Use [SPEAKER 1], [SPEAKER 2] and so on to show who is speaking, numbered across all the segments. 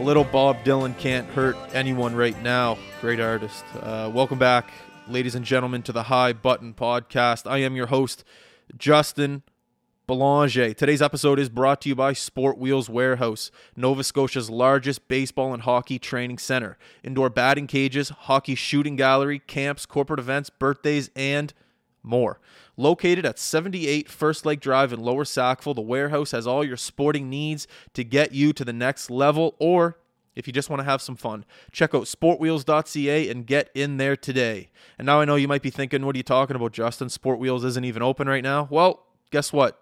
[SPEAKER 1] little Bob Dylan can't hurt anyone right now. Great artist. Uh, welcome back, ladies and gentlemen, to the High Button Podcast. I am your host, Justin Belanger. Today's episode is brought to you by Sport Wheels Warehouse, Nova Scotia's largest baseball and hockey training center. Indoor batting cages, hockey shooting gallery, camps, corporate events, birthdays, and more. Located at 78 First Lake Drive in Lower Sackville, the warehouse has all your sporting needs to get you to the next level or if you just want to have some fun. Check out sportwheels.ca and get in there today. And now I know you might be thinking, what are you talking about, Justin? Sport Wheels isn't even open right now. Well, guess what?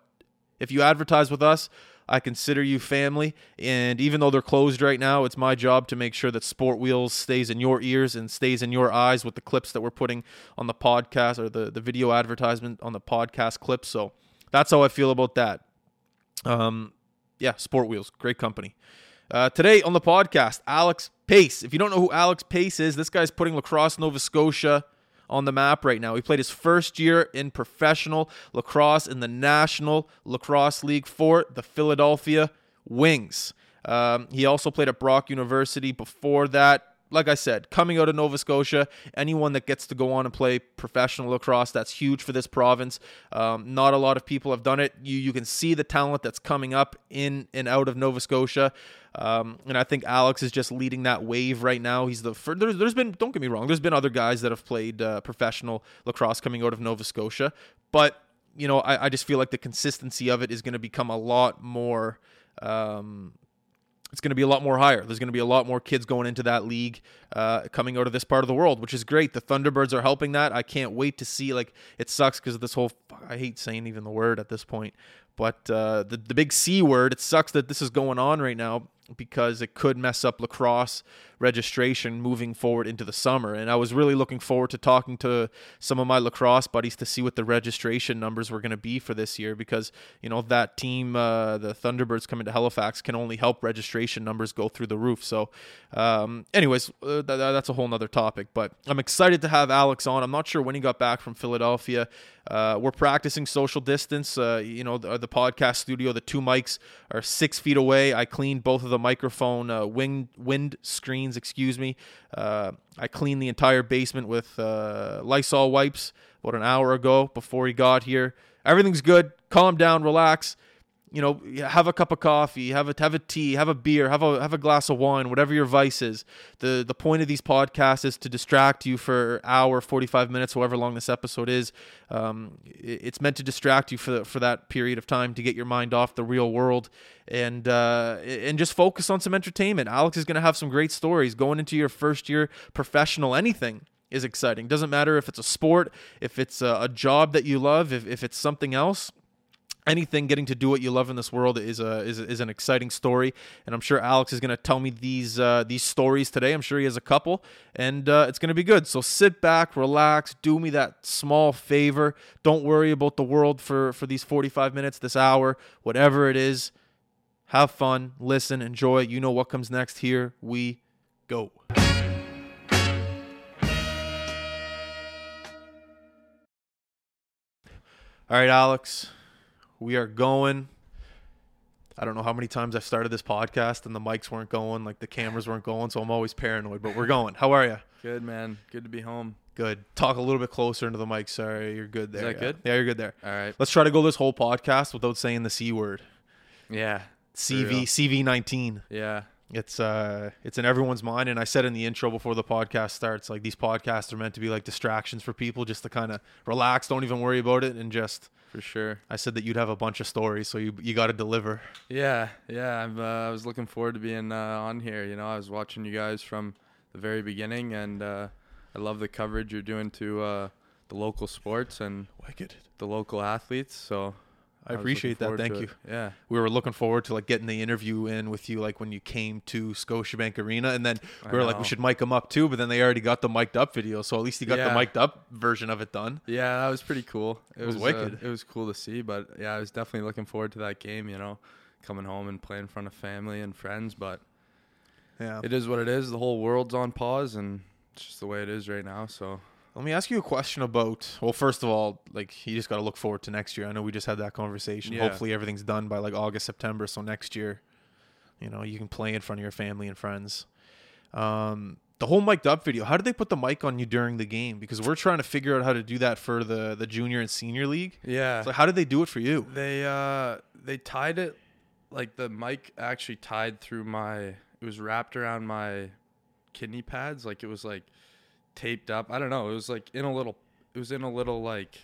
[SPEAKER 1] If you advertise with us, I consider you family. And even though they're closed right now, it's my job to make sure that Sport Wheels stays in your ears and stays in your eyes with the clips that we're putting on the podcast or the, the video advertisement on the podcast clips. So that's how I feel about that. Um, yeah, Sport Wheels, great company. Uh, today on the podcast, Alex Pace. If you don't know who Alex Pace is, this guy's putting lacrosse, Nova Scotia on the map right now. He played his first year in professional lacrosse in the National Lacrosse League for the Philadelphia Wings. Um, he also played at Brock University before that. Like I said, coming out of Nova Scotia, anyone that gets to go on and play professional lacrosse, that's huge for this province. Um, not a lot of people have done it. You you can see the talent that's coming up in and out of Nova Scotia, um, and I think Alex is just leading that wave right now. He's the first. There's, there's been don't get me wrong. There's been other guys that have played uh, professional lacrosse coming out of Nova Scotia, but you know I, I just feel like the consistency of it is going to become a lot more. Um, it's going to be a lot more higher. There's going to be a lot more kids going into that league uh, coming out of this part of the world, which is great. The Thunderbirds are helping that. I can't wait to see. Like, it sucks because this whole, fuck, I hate saying even the word at this point, but uh, the, the big C word, it sucks that this is going on right now because it could mess up lacrosse registration moving forward into the summer. And I was really looking forward to talking to some of my lacrosse buddies to see what the registration numbers were going to be for this year because, you know, that team, uh, the Thunderbirds coming to Halifax, can only help registration numbers go through the roof. So, um, anyways, uh, th- th- that's a whole nother topic. But I'm excited to have Alex on. I'm not sure when he got back from Philadelphia. Uh, we're practicing social distance. Uh, you know, the, the podcast studio, the two mics are six feet away. I cleaned both of the microphone uh, wind wind screens. Excuse me. Uh, I cleaned the entire basement with uh, Lysol wipes about an hour ago before he got here. Everything's good. Calm down. Relax. You know, have a cup of coffee, have a have a tea, have a beer, have a have a glass of wine, whatever your vice is. the The point of these podcasts is to distract you for an hour, forty five minutes, however long this episode is. Um, it- it's meant to distract you for the, for that period of time to get your mind off the real world and uh, and just focus on some entertainment. Alex is going to have some great stories going into your first year professional. Anything is exciting. Doesn't matter if it's a sport, if it's a, a job that you love, if, if it's something else. Anything getting to do what you love in this world is a is, is an exciting story, and I'm sure Alex is going to tell me these uh, these stories today. I'm sure he has a couple, and uh, it's going to be good. So sit back, relax, do me that small favor. Don't worry about the world for for these 45 minutes, this hour, whatever it is. Have fun, listen, enjoy. You know what comes next. Here we go. All right, Alex, we are going. I don't know how many times I've started this podcast and the mics weren't going, like the cameras weren't going, so I'm always paranoid, but we're going. How are you?
[SPEAKER 2] Good man. Good to be home.
[SPEAKER 1] Good. Talk a little bit closer into the mic. Sorry, you're good there.
[SPEAKER 2] that
[SPEAKER 1] yeah.
[SPEAKER 2] good?
[SPEAKER 1] Yeah, you're good there.
[SPEAKER 2] All right.
[SPEAKER 1] Let's try to go this whole podcast without saying the C word.
[SPEAKER 2] Yeah.
[SPEAKER 1] CV, CV19.
[SPEAKER 2] Yeah.
[SPEAKER 1] it's uh it's in everyone's mind and i said in the intro before the podcast starts like these podcasts are meant to be like distractions for people just to kind of relax don't even worry about it and just
[SPEAKER 2] For sure.
[SPEAKER 1] i said that you'd have a bunch of stories so you you got to deliver
[SPEAKER 2] Yeah. Yeah. I'm, uh, I was looking forward to being uh, on here. You know, I was watching you guys from the very beginning, and uh, I love the coverage you're doing to uh, the local sports and
[SPEAKER 1] wicked
[SPEAKER 2] the local athletes. So
[SPEAKER 1] i,
[SPEAKER 2] was
[SPEAKER 1] appreciate that
[SPEAKER 2] looking
[SPEAKER 1] thank
[SPEAKER 2] forward
[SPEAKER 1] you
[SPEAKER 2] to it. Yeah.
[SPEAKER 1] we were looking forward to like getting the interview in with you like when you came to scotiabank arena and then
[SPEAKER 2] I
[SPEAKER 1] we were like
[SPEAKER 2] know.
[SPEAKER 1] we should mic them up too but then they already got the mic'd up video so at least you got
[SPEAKER 2] Yeah.
[SPEAKER 1] the mic'd up version of it done
[SPEAKER 2] Yeah, that was pretty cool. It,
[SPEAKER 1] was
[SPEAKER 2] uh,
[SPEAKER 1] wicked.
[SPEAKER 2] it was cool to see, but yeah, I was definitely looking forward to that game. You know, coming home and playing in front of family and friends, but
[SPEAKER 1] yeah
[SPEAKER 2] it is what it is. The whole world's on pause, and it's just the way it is right now. So
[SPEAKER 1] Let me ask you a question about. Well, first of all, like you just got to look forward to next year. I know we just had that conversation.
[SPEAKER 2] Yeah.
[SPEAKER 1] Hopefully, everything's done by like August, September. So next year, You know, you can play in front of your family and friends. Um, the whole mic'd up video. How did they put the mic on you during the game? Because we're trying to figure out how to do that for the the junior and senior league.
[SPEAKER 2] Yeah.
[SPEAKER 1] So how did they do it for you?
[SPEAKER 2] They uh they tied it like the mic actually tied through my it was wrapped around my kidney pads like it was like taped up. I don't know. It was like in a little it was in a little like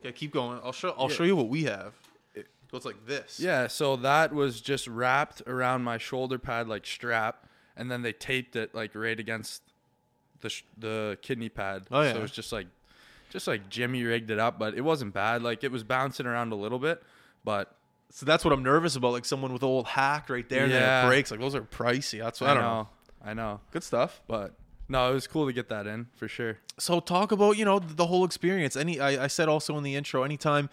[SPEAKER 1] Okay, keep going. I'll show I'll show you what we have. It looks like this.
[SPEAKER 2] yeah, so that was just wrapped around my shoulder pad like strap and then they taped it like right against the sh- the kidney pad.
[SPEAKER 1] Oh,
[SPEAKER 2] So
[SPEAKER 1] yeah.
[SPEAKER 2] it was just like just like Jimmy rigged it up, but it wasn't bad. Like it was bouncing around a little bit, but
[SPEAKER 1] So that's what I'm nervous about. Like someone with old hack right there, and then
[SPEAKER 2] Yeah.
[SPEAKER 1] it breaks. Like those are pricey. That's what I, don't know.
[SPEAKER 2] I know.
[SPEAKER 1] Good stuff.
[SPEAKER 2] But no, it was cool to get that in for sure.
[SPEAKER 1] so talk about you know the whole experience any i, I said also in the intro anytime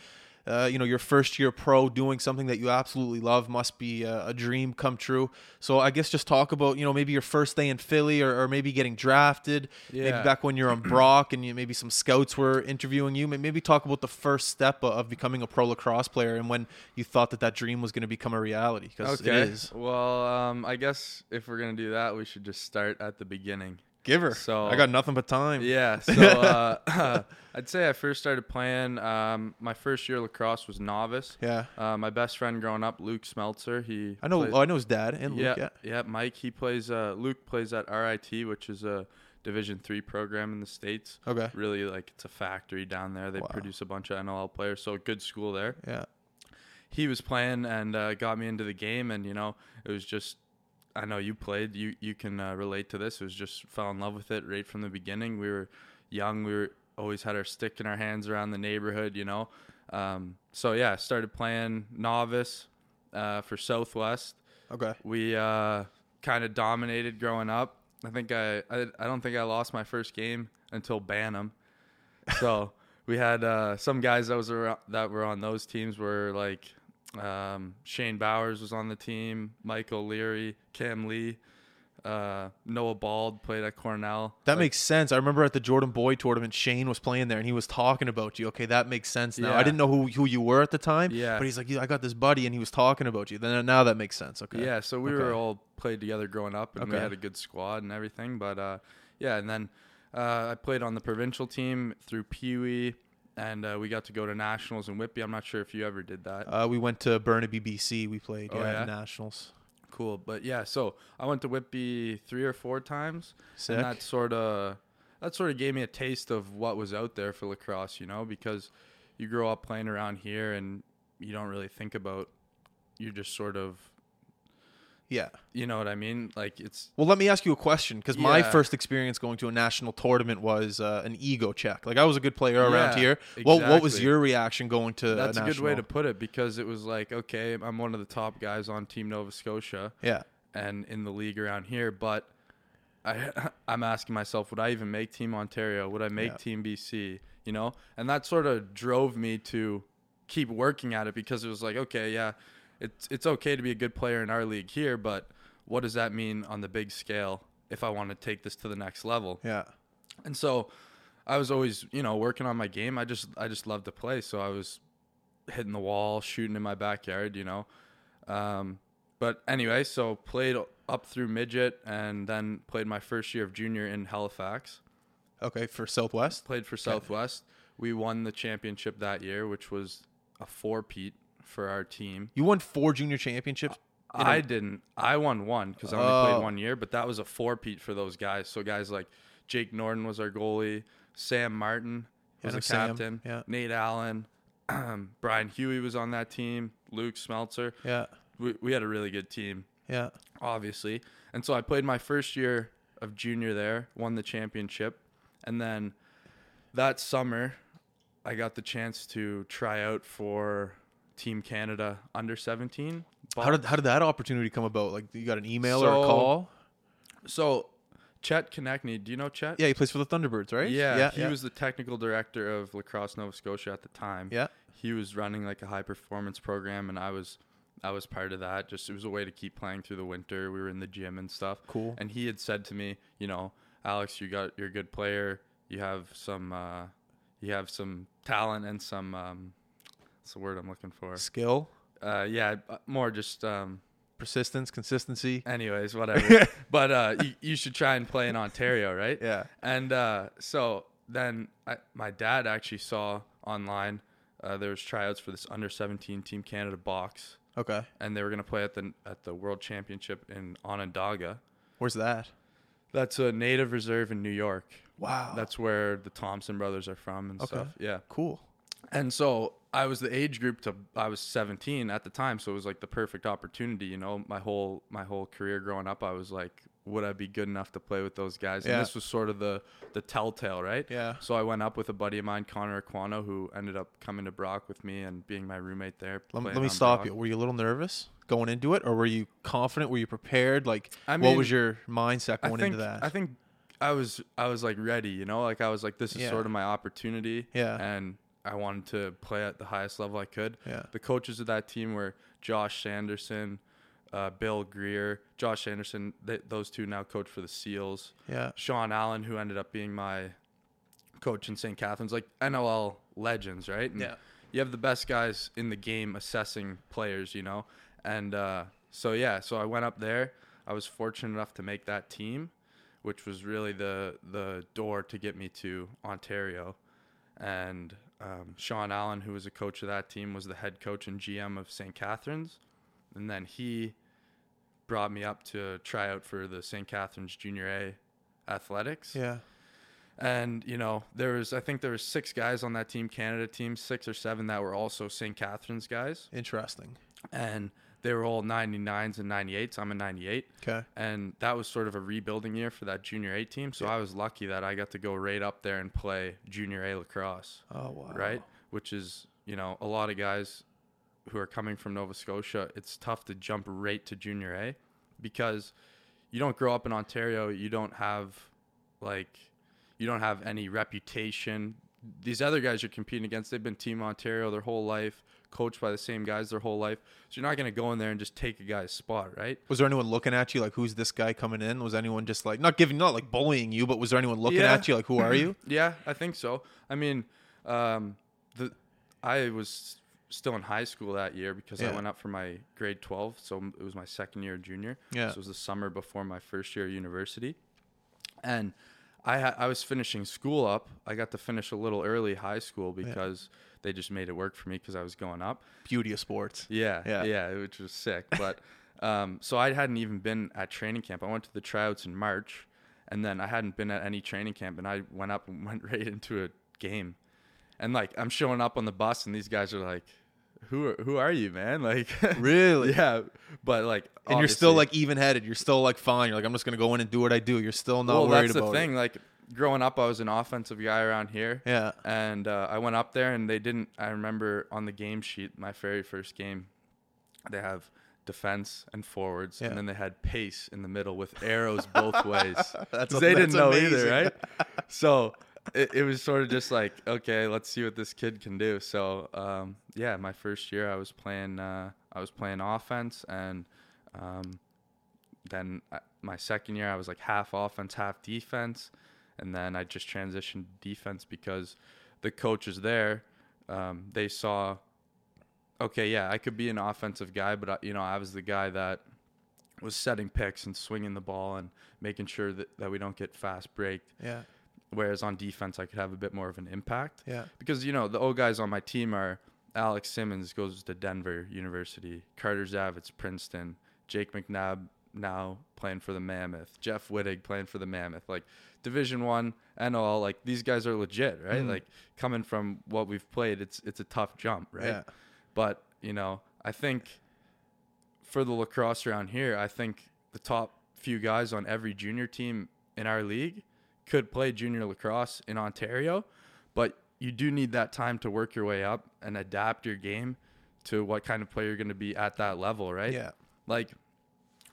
[SPEAKER 1] uh, you know your first year pro doing something that you absolutely love must be a, a dream come true so i guess just talk about you know maybe your first day in philly or, or maybe getting drafted
[SPEAKER 2] Yeah.
[SPEAKER 1] maybe back when you're on brock and you, maybe some scouts were interviewing you May- maybe talk about the first step of, of becoming a pro lacrosse player and when you thought that that dream was going to become a reality because it is
[SPEAKER 2] Well, um, I guess if we're gonna do that, we should just start at the beginning.
[SPEAKER 1] giver
[SPEAKER 2] So-
[SPEAKER 1] i got nothing but time
[SPEAKER 2] Yeah. So uh, I'd say I first started playing. Um, my first year lacrosse was novice.
[SPEAKER 1] yeah
[SPEAKER 2] Uh, my best friend growing up, Luke Smeltzer. He
[SPEAKER 1] i know
[SPEAKER 2] played-
[SPEAKER 1] oh, i know his dad and
[SPEAKER 2] yeah,
[SPEAKER 1] Luke, yeah
[SPEAKER 2] yeah, Mike. He plays. Uh, Luke plays at RIT, which is a Division three program in the states.
[SPEAKER 1] okay
[SPEAKER 2] Really, like it's a factory down there. They
[SPEAKER 1] Wow.
[SPEAKER 2] produce a bunch of NLL players, so good school there.
[SPEAKER 1] yeah
[SPEAKER 2] he was playing and uh, got me into the game and you know it was just i know you played you you can uh, relate to this it was just fell in love with it right from the beginning we were young we were always had our stick in our hands around the neighborhood you know um, so yeah started playing novice uh, for southwest
[SPEAKER 1] okay
[SPEAKER 2] we uh, kind of dominated growing up i think I, I i don't think i lost my first game until bantam so we had uh, some guys that was around, that were on those teams were like um, Shane Bowers was on the team, Michael Leary, Cam Lee, uh, Noah Bald played at Cornell.
[SPEAKER 1] That
[SPEAKER 2] Like,
[SPEAKER 1] makes sense. I remember at the Jordan Boy tournament, Shane was playing there and he was talking about you. Okay, that makes sense now. I
[SPEAKER 2] Yeah.
[SPEAKER 1] didn't know who, who you were at the time.
[SPEAKER 2] Yeah.
[SPEAKER 1] But he's like, yeah, I got this buddy and he was talking about you. Then now that makes sense. Okay.
[SPEAKER 2] Yeah, so we
[SPEAKER 1] Okay.
[SPEAKER 2] were all played together growing up, and we
[SPEAKER 1] Okay.
[SPEAKER 2] had a good squad and everything. But uh, yeah, and then uh, I played on the provincial team through Pee Wee, and uh, we got to go to nationals in Whitby. I'm not sure if you ever did that.
[SPEAKER 1] Uh, we went to Burnaby, BC. We played
[SPEAKER 2] Oh,
[SPEAKER 1] yeah,
[SPEAKER 2] yeah?
[SPEAKER 1] nationals.
[SPEAKER 2] cool, but yeah, so I went to Whitby three or four times,
[SPEAKER 1] Sick.
[SPEAKER 2] and that sort of that sort of gave me a taste of what was out there for lacrosse, you know, because you grow up playing around here and you don't really think about you're just sort of
[SPEAKER 1] yeah.
[SPEAKER 2] you know what I mean? Like it's
[SPEAKER 1] Well, let me ask you a question because my
[SPEAKER 2] Yeah.
[SPEAKER 1] first experience going to a national tournament was uh, an ego check. Like I was a good player around
[SPEAKER 2] Yeah,
[SPEAKER 1] here. Well, what was
[SPEAKER 2] exactly.
[SPEAKER 1] your reaction going to
[SPEAKER 2] that's
[SPEAKER 1] a
[SPEAKER 2] a good way to
[SPEAKER 1] national?
[SPEAKER 2] put it because it was like, okay, I'm one of the top guys on Team Nova Scotia
[SPEAKER 1] Yeah.
[SPEAKER 2] and in the league around here, but I I'm asking myself, would I even make Team Ontario? Would I make
[SPEAKER 1] Yeah.
[SPEAKER 2] Team BC? You know, and that sort of drove me to keep working at it because it was like, okay, yeah, it's it's okay to be a good player in our league here, but what does that mean on the big scale if I want to take this to the next level?
[SPEAKER 1] Yeah.
[SPEAKER 2] And so I was always, you know, working on my game. I just I just loved to play, so I was hitting the wall, shooting in my backyard, you know. Um, but anyway, so played up through midget and then played my first year of junior in Halifax.
[SPEAKER 1] Okay. For Southwest.
[SPEAKER 2] Played for Southwest. We won the championship that year, which was a four-peat for our team.
[SPEAKER 1] You won four junior championships. in a-
[SPEAKER 2] I didn't. I won one because I only
[SPEAKER 1] Oh.
[SPEAKER 2] played one year, but that was a four-peat for those guys. So guys like Jake Norton was our goalie, Sam Martin was
[SPEAKER 1] Yeah,
[SPEAKER 2] a
[SPEAKER 1] Sam,
[SPEAKER 2] captain,
[SPEAKER 1] yeah.
[SPEAKER 2] Nate Allen, Brian Huey was on that team, Luke Smeltzer.
[SPEAKER 1] Yeah.
[SPEAKER 2] We, we had a really good team,
[SPEAKER 1] Yeah.
[SPEAKER 2] obviously. And so I played my first year of junior there, won the championship, and then that summer I got the chance to try out for Team Canada under 17.
[SPEAKER 1] How did how did that opportunity come about? Like you got an email or a
[SPEAKER 2] So-
[SPEAKER 1] call?
[SPEAKER 2] So, Chet Konechny, do you know Chet?
[SPEAKER 1] Yeah, he plays for the Thunderbirds, right?
[SPEAKER 2] Yeah,
[SPEAKER 1] yeah.
[SPEAKER 2] he was the technical director of Lacrosse Nova Scotia at the time.
[SPEAKER 1] Yeah.
[SPEAKER 2] He was running like a high performance program and I was I was part of that. Just it was a way to keep playing through the winter. We were in the gym and stuff.
[SPEAKER 1] Cool.
[SPEAKER 2] And he had said to me, you know, Alex, you got you're a good player. You have some uh you have some talent and some um what's the word I'm looking for?
[SPEAKER 1] skill.
[SPEAKER 2] Uh yeah, more just um
[SPEAKER 1] persistence, consistency.
[SPEAKER 2] Anyways, whatever. but uh, you, you should try and play in Ontario, right?
[SPEAKER 1] Yeah.
[SPEAKER 2] And uh, so then I, my dad actually saw online uh, there was tryouts for this under 17 Team Canada box,
[SPEAKER 1] Okay.
[SPEAKER 2] and they were gonna play at the at the World Championship in Onondaga.
[SPEAKER 1] Where's that?
[SPEAKER 2] That's a native reserve in New York.
[SPEAKER 1] Wow.
[SPEAKER 2] That's where the Thompson brothers are from and
[SPEAKER 1] Okay.
[SPEAKER 2] stuff. Yeah.
[SPEAKER 1] cool.
[SPEAKER 2] And so I was the age group to I was 17 at the time, so it was like the perfect opportunity. You know, my whole my whole career growing up, I was like, would I be good enough to play with those guys?
[SPEAKER 1] Yeah.
[SPEAKER 2] And this was sort of the the telltale, right?
[SPEAKER 1] Yeah.
[SPEAKER 2] So I went up with a buddy of mine, Connor Aquano, who ended up coming to Brock with me and being my roommate there.
[SPEAKER 1] Let, me-
[SPEAKER 2] playing
[SPEAKER 1] let me
[SPEAKER 2] on
[SPEAKER 1] stop
[SPEAKER 2] Brock.
[SPEAKER 1] you. Were you a little nervous going into it, or were you confident? Were you prepared? Like,
[SPEAKER 2] I
[SPEAKER 1] what was
[SPEAKER 2] mean,
[SPEAKER 1] your mindset
[SPEAKER 2] I
[SPEAKER 1] going
[SPEAKER 2] think
[SPEAKER 1] into that?
[SPEAKER 2] I think I was I was like ready, you know, like I was like this is
[SPEAKER 1] Yeah.
[SPEAKER 2] sort of my opportunity.
[SPEAKER 1] Yeah.
[SPEAKER 2] And I wanted to play at the highest level I could.
[SPEAKER 1] Yeah.
[SPEAKER 2] The coaches of that team were Josh Sanderson, uh, Bill Greer, Josh Sanderson. They, those two now coach for the Seals.
[SPEAKER 1] yeah.
[SPEAKER 2] Sean Allen, who ended up being my coach in St. Catharines, like NLL legends, right? And
[SPEAKER 1] Yeah.
[SPEAKER 2] You have the best guys in the game assessing players, you know? And uh, so, yeah, so I went up there. I was fortunate enough to make that team, which was really the, the door to get me to Ontario. And um, Sean Allen, who was a coach of that team, was the head coach and GM of St. Catharines. And then he brought me up to try out for the St. Catharines Junior A athletics.
[SPEAKER 1] Yeah.
[SPEAKER 2] And you know, there was I think there was six guys on that team Canada team, six or seven that were also St. Catharines guys,
[SPEAKER 1] Interesting.
[SPEAKER 2] and they were all 99s and 98s. I'm a 98.
[SPEAKER 1] Okay.
[SPEAKER 2] And that was sort of a rebuilding year for that junior A team, so I was lucky that I got to go right up there and play junior A lacrosse
[SPEAKER 1] Oh wow.
[SPEAKER 2] right? Which is, you know, a lot of guys who are coming from Nova Scotia, it's tough to jump right to junior A because you don't grow up in Ontario, you don't have like you don't have any reputation. These other guys you're competing against, they've been team Ontario their whole life, coached by the same guys their whole life. So you're not going to go in there and just take a guy's spot, right?
[SPEAKER 1] Was there anyone looking at you like, who's this guy coming in? Was anyone just like not giving, not like bullying you, but was there anyone looking
[SPEAKER 2] Yeah.
[SPEAKER 1] at you like, who are you?
[SPEAKER 2] Yeah, I think so. I mean, um, the I was still in high school that year because
[SPEAKER 1] Yeah.
[SPEAKER 2] I went up for my grade 12, so m- it was my second year of junior.
[SPEAKER 1] Yeah.
[SPEAKER 2] So it was the summer before my first year of university. And I ha- I was finishing school up. I got to finish a little early high school because they just made it work for me because I was going up.
[SPEAKER 1] Beauty of sports.
[SPEAKER 2] Yeah,
[SPEAKER 1] Yeah.
[SPEAKER 2] yeah, which was sick. But um, so I hadn't even been at training camp. I went to the tryouts in March, and then I hadn't been at any training camp. And I went up and went right into a game, and like I'm showing up on the bus, and these guys are like, "Who are, who are you, man?" Like,
[SPEAKER 1] Really?
[SPEAKER 2] yeah. But like,
[SPEAKER 1] And you're still
[SPEAKER 2] obviously-
[SPEAKER 1] like even headed. You're still like fine. You're like, I'm just gonna go in and do what I do. You're still not
[SPEAKER 2] well,
[SPEAKER 1] worried
[SPEAKER 2] that's the
[SPEAKER 1] about it.
[SPEAKER 2] thing. Like growing up, I was an offensive guy around here.
[SPEAKER 1] Yeah.
[SPEAKER 2] And uh, I went up there, and they didn't. I remember on the game sheet, my very first game, they have defense and forwards,
[SPEAKER 1] Yeah.
[SPEAKER 2] and then they had pace in the middle with arrows both ways. 'Cause
[SPEAKER 1] a-
[SPEAKER 2] they
[SPEAKER 1] that's
[SPEAKER 2] didn't know
[SPEAKER 1] amazing.
[SPEAKER 2] either, right? so it, it was sort of just like, okay, let's see what this kid can do. So um, yeah, my first year, I was playing. Uh, I was playing offense, and um, then I, my second year, I was like half offense, half defense, and then I just transitioned to defense because the coaches there, um, they saw, okay, yeah, I could be an offensive guy, but I, you know, I was the guy that was setting picks and swinging the ball and making sure that, that we don't get fast breaked.
[SPEAKER 1] Yeah.
[SPEAKER 2] Whereas on defense, I could have a bit more of an impact
[SPEAKER 1] Yeah.
[SPEAKER 2] because you know the old guys on my team are Alex Simmons goes to Denver University, Carter Zavitz Princeton, Jake McNabb now playing for the Mammoth, Jeff Wittig playing for the Mammoth, like Division One NL. Like these guys are legit, right?
[SPEAKER 1] Mm.
[SPEAKER 2] Like coming from what we've played, it's it's a tough jump, right?
[SPEAKER 1] Yeah.
[SPEAKER 2] But you know, I think for the lacrosse around here, I think the top few guys on every junior team in our league could play junior lacrosse in Ontario, but you do need that time to work your way up and adapt your game to what kind of player you're going to be at that level, right?
[SPEAKER 1] Yeah.
[SPEAKER 2] Like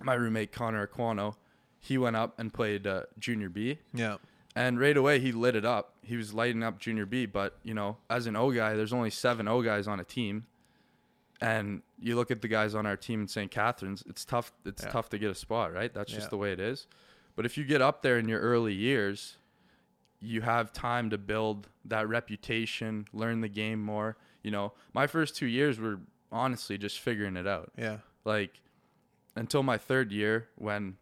[SPEAKER 2] my roommate Connor Aquano, he went up and played uh, junior B
[SPEAKER 1] Yeah.
[SPEAKER 2] and right away he lit it up. He was lighting up junior B, but you know, as an O guy, there's only seven O guys on a team. And you look at the guys on our team in St. Catharines, it's tough it's
[SPEAKER 1] Yeah.
[SPEAKER 2] tough to get a spot, right? That's
[SPEAKER 1] Yeah.
[SPEAKER 2] just the way it is. But if you get up there in your early years, you have time to build that reputation, learn the game more. You know, my first two years were honestly just figuring it out
[SPEAKER 1] Yeah.
[SPEAKER 2] like until my third year when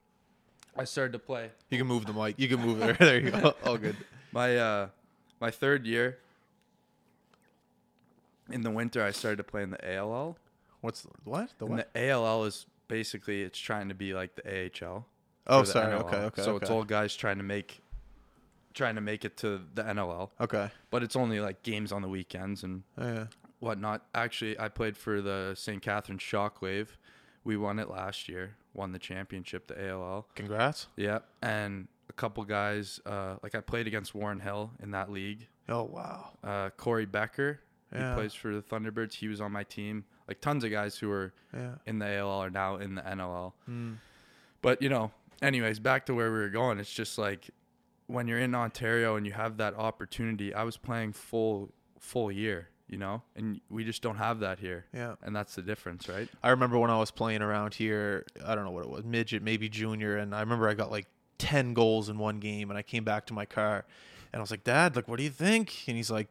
[SPEAKER 2] I started to play.
[SPEAKER 1] You can move the mic. You can move there. There you go. All good.
[SPEAKER 2] My uh, my third year in the winter, I started to play in the ALL.
[SPEAKER 1] What's the, what? The
[SPEAKER 2] And
[SPEAKER 1] what?
[SPEAKER 2] the ALL is basically it's trying to be like the AHL.
[SPEAKER 1] Oh,
[SPEAKER 2] or the
[SPEAKER 1] sorry.
[SPEAKER 2] NLL.
[SPEAKER 1] Okay, okay,
[SPEAKER 2] So it's
[SPEAKER 1] okay.
[SPEAKER 2] all guys trying to make trying to make it to the NLL,
[SPEAKER 1] Okay.
[SPEAKER 2] but it's only like games on the weekends and
[SPEAKER 1] Oh, yeah.
[SPEAKER 2] whatnot. Actually, I played for the St. Catherine Shockwave. We won it last year. Won the championship, the ALL.
[SPEAKER 1] Congrats.
[SPEAKER 2] Yeah, and a couple guys. Uh, like I played against Warren Hill in that league.
[SPEAKER 1] Oh wow.
[SPEAKER 2] Uh, Corey Becker,
[SPEAKER 1] Yeah.
[SPEAKER 2] he plays for the Thunderbirds. He was on my team. Like tons of guys who were
[SPEAKER 1] Yeah. Hmm.
[SPEAKER 2] in the ALL are now in the NLL. But you know, anyways, back to where we were going. It's just like when you're in Ontario and you have that opportunity. I was playing full full year, you know, and we just don't have that here.
[SPEAKER 1] Yeah.
[SPEAKER 2] And that's the difference, right?
[SPEAKER 1] I remember when I was playing around here, I don't know what it was, midget, maybe junior, and I remember I got like 10 goals in one game and I came back to my car and I was like, "Dad, like what do you think?" And he's like,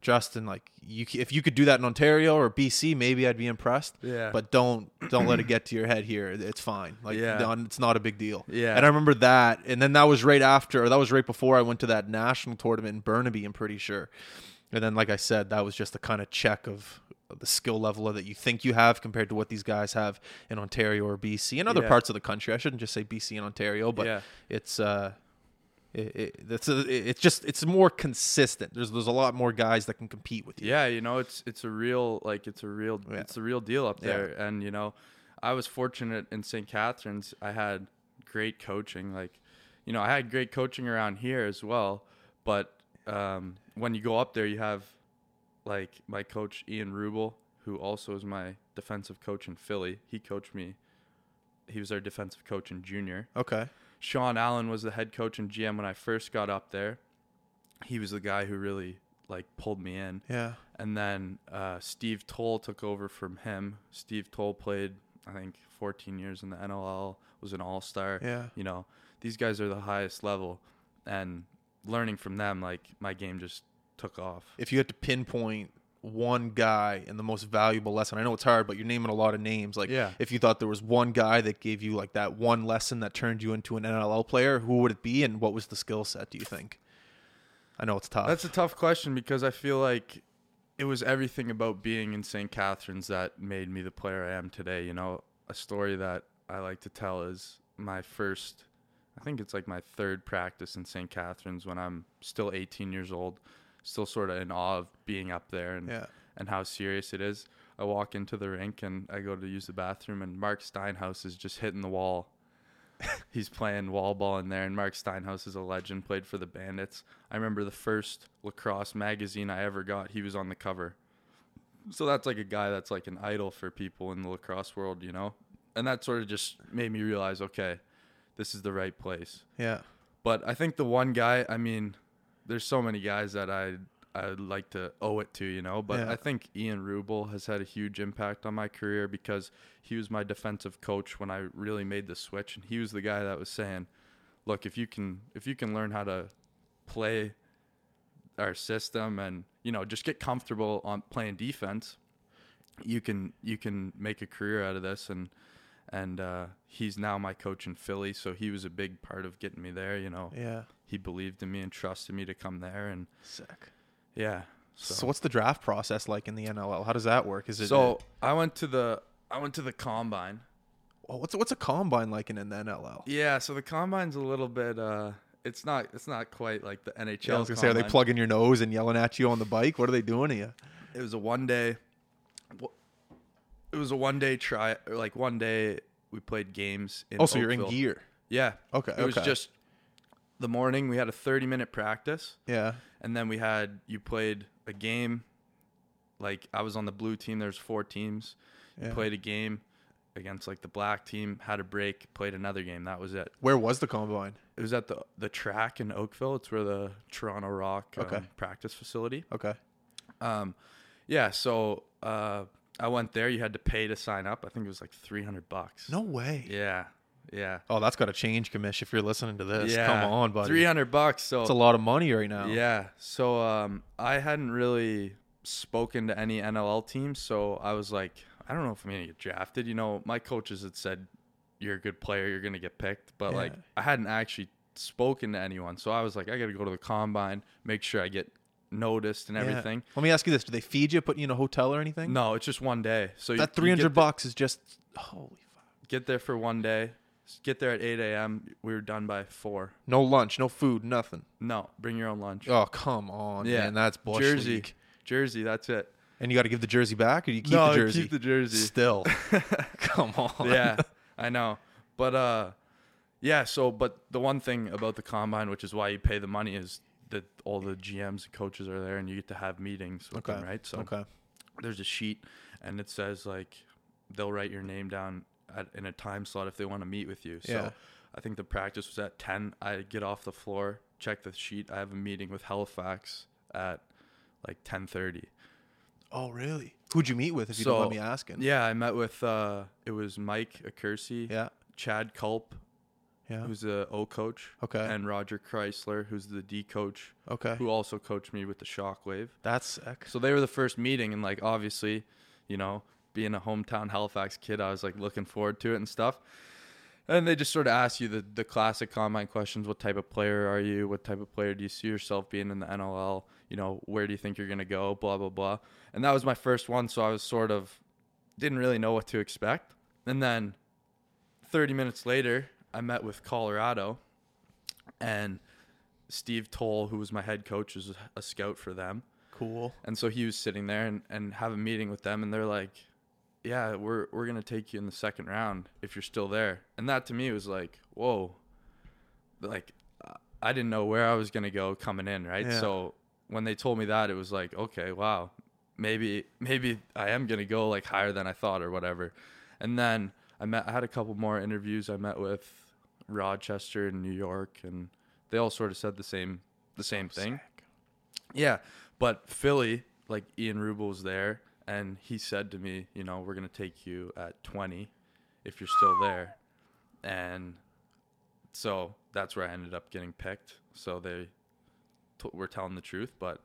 [SPEAKER 1] "Justin, like you c- if you could do that in Ontario or BC, maybe I'd be impressed.
[SPEAKER 2] Yeah.
[SPEAKER 1] But don't don't let it get to your head here. It's fine. Like
[SPEAKER 2] Yeah.
[SPEAKER 1] no, it's not a big deal."
[SPEAKER 2] Yeah.
[SPEAKER 1] And I remember that, and then that was right after or that was right before I went to that national tournament in Burnaby, I'm pretty sure. And then, like I said, that was just the kind of check of the skill level that you think you have compared to what these guys have in Ontario or BC and other
[SPEAKER 2] Yeah.
[SPEAKER 1] parts of the country. I shouldn't just say BC and Ontario, but
[SPEAKER 2] Yeah.
[SPEAKER 1] it's uh, it, it, it's a, it- it's just it's more consistent. There's there's a lot more guys that can compete with you.
[SPEAKER 2] Yeah, you know, it's it's a real like it's a real
[SPEAKER 1] Yeah.
[SPEAKER 2] it's a real deal up
[SPEAKER 1] Yeah.
[SPEAKER 2] there. And you know, I was fortunate in St. Catharines. I had great coaching. Like, you know, I had great coaching around here as well. But um, when you go up there, you have like my coach Ian Rubel, who also is my defensive coach in Philly. He coached me. He was our defensive coach in junior.
[SPEAKER 1] Okay.
[SPEAKER 2] Sean Allen was the head coach and GM when I first got up there. He was the guy who really like pulled me in
[SPEAKER 1] Yeah.
[SPEAKER 2] and then uh, Steve Toll took over from him. Steve Toll played, I think, 14 years in the NLL, was an All Star.
[SPEAKER 1] Yeah.
[SPEAKER 2] You know, these guys are the highest level, and learning from them, like my game just took off.
[SPEAKER 1] If you had to pinpoint one guy and the most valuable lesson, I know it's hard, but you're naming a lot of names. Like,
[SPEAKER 2] Yeah.
[SPEAKER 1] if you thought there was one guy that gave you like that one lesson that turned you into an NLL player, who would it be, and what was the skill set? Do you think? I know it's tough.
[SPEAKER 2] That's a tough question because I feel like it was everything about being in St. Catharines that made me the player I am today. You know, a story that I like to tell is my first, I think it's like my third practice in St. Catharines when I'm still 18 years old, still sort of in awe of being up there and,
[SPEAKER 1] Yeah.
[SPEAKER 2] and how serious it is. I walk into the rink and I go to use the bathroom, and Mark Steinhaus is just hitting the wall he's playing wall ball in there and mark steinhaus is a legend played for the bandits i remember the first lacrosse magazine i ever got he was on the cover so that's like a guy that's like an idol for people in the lacrosse world you know and that sort of just made me realize okay this is the right place
[SPEAKER 1] yeah.
[SPEAKER 2] but i think the one guy i mean there's so many guys that i I'd like to owe it to, you know, but
[SPEAKER 1] Yeah.
[SPEAKER 2] I think Ian Rubel has had a huge impact on my career because he was my defensive coach when I really made the switch and he was the guy that was saying, "Look, if you can if you can learn how to play our system and, you know, just get comfortable on playing defense, you can you can make a career out of this and and uh, he's now my coach in Philly, so he was a big part of getting me there, you know.
[SPEAKER 1] Yeah.
[SPEAKER 2] He believed in me and trusted me to come there and
[SPEAKER 1] Sick.
[SPEAKER 2] yeah.
[SPEAKER 1] So, what's the draft process like in the NLL? How does that work? Is it
[SPEAKER 2] So I went to the I went to the combine.
[SPEAKER 1] oh, what's what's a combine like in, in the NLL?
[SPEAKER 2] Yeah, so the combine's a little bit uh it's not it's not quite like the NHL.
[SPEAKER 1] I was gonna say, are they
[SPEAKER 2] combine.
[SPEAKER 1] plugging your nose and yelling at you on the bike? What are they doing to you?
[SPEAKER 2] It was a one day it was a one day try or like one day we played games in
[SPEAKER 1] Oh, so you're in
[SPEAKER 2] Oakville.
[SPEAKER 1] gear.
[SPEAKER 2] Yeah.
[SPEAKER 1] Okay,
[SPEAKER 2] It was
[SPEAKER 1] okay.
[SPEAKER 2] just the morning we had a 30 minute practice
[SPEAKER 1] Yeah.
[SPEAKER 2] and then we had you played a game like I was on the blue team there's four teams. You
[SPEAKER 1] Yeah.
[SPEAKER 2] played a game against like the black team, had a break, played another game. That was it.
[SPEAKER 1] Where was the combine?
[SPEAKER 2] It was at the the track in Oakville. It's where the Toronto Rock um,
[SPEAKER 1] Okay.
[SPEAKER 2] practice facility.
[SPEAKER 1] Okay.
[SPEAKER 2] Um, yeah, so uh, I went there. You had to pay to sign up. I think it was like three hundred bucks.
[SPEAKER 1] No way.
[SPEAKER 2] Yeah, yeah,
[SPEAKER 1] Oh, that's got to change, Commish. If you're listening to this,
[SPEAKER 2] yeah.
[SPEAKER 1] come on, buddy.
[SPEAKER 2] Three hundred bucks. So
[SPEAKER 1] That's a lot of money right now.
[SPEAKER 2] Yeah. So um, I hadn't really spoken to any NLL teams, so I was like, I don't know if I'm gonna get drafted. You know, my coaches had said you're a good player, you're gonna get picked. But
[SPEAKER 1] Yeah.
[SPEAKER 2] like I hadn't actually spoken to anyone, so I was like, I gotta go to the combine, make sure I get noticed and
[SPEAKER 1] Yeah.
[SPEAKER 2] everything.
[SPEAKER 1] Let me ask you this: Do they feed you, put you in a hotel or anything?
[SPEAKER 2] No, it's just one day. So you-
[SPEAKER 1] That
[SPEAKER 2] you
[SPEAKER 1] three
[SPEAKER 2] get
[SPEAKER 1] hundred bucks is just holy. Fuck.
[SPEAKER 2] get there for one day. Get there at 8 a.m. We were done by four.
[SPEAKER 1] No lunch, no food, nothing.
[SPEAKER 2] No, bring your own lunch.
[SPEAKER 1] Oh come on,
[SPEAKER 2] Yeah.
[SPEAKER 1] man, that's bush
[SPEAKER 2] jersey,
[SPEAKER 1] league.
[SPEAKER 2] jersey. That's it.
[SPEAKER 1] And you got to give the jersey back, or you keep
[SPEAKER 2] no,
[SPEAKER 1] the jersey?
[SPEAKER 2] keep the jersey.
[SPEAKER 1] Still, come on.
[SPEAKER 2] yeah, I know. But uh, yeah. So, but the one thing about the combine, which is why you pay the money, is that all the GMs and coaches are there, and you get to have meetings with
[SPEAKER 1] Okay.
[SPEAKER 2] them, right? So
[SPEAKER 1] Okay.
[SPEAKER 2] there's a sheet, and it says like they'll write your name down at, in a time slot if they want to meet with you. So
[SPEAKER 1] Yeah.
[SPEAKER 2] I think the practice was at ten. I get off the floor, check the sheet. I have a meeting with Halifax at like ten thirty.
[SPEAKER 1] Oh really? Who'd you meet with? If you don't mind me asking.
[SPEAKER 2] Yeah, I met with uh it was Mike Akersi,
[SPEAKER 1] Yeah.
[SPEAKER 2] Chad Culp,
[SPEAKER 1] Yeah.
[SPEAKER 2] who's the O coach,
[SPEAKER 1] Okay.
[SPEAKER 2] and Roger Chrysler, who's the D coach,
[SPEAKER 1] okay.
[SPEAKER 2] who also coached me with the Shockwave.
[SPEAKER 1] That's sick.
[SPEAKER 2] So they were the first meeting and like obviously, you know, being a hometown Halifax kid, I was like looking forward to it and stuff. And they just sort of ask you the, the classic combine questions. What type of player are you? What type of player do you see yourself being in the NLL? You know, where do you think you're going to go? Blah, blah, blah. And that was my first one. So I was sort of didn't really know what to expect. And then 30 minutes later, I met with Colorado and Steve Toll, who was my head coach, was a scout for them.
[SPEAKER 1] Cool.
[SPEAKER 2] And so he was sitting there and, and have a meeting with them and they're like, Yeah, we're we're gonna take you in the second round if you're still there. And that to me was like, Whoa. Like uh, I didn't know where I was gonna go coming in, right?
[SPEAKER 1] Yeah.
[SPEAKER 2] So when they told me that it was like, Okay, wow, maybe maybe I am gonna go like higher than I thought or whatever. And then I met I had a couple more interviews I met with Rochester and New York and they all sort of said the same the same thing. Yeah, but Philly, like Ian Rubel was there, and he said to me, you know, we're gonna take you at 20, if you're still there, and so that's where I ended up getting picked. So they t- were telling the truth, but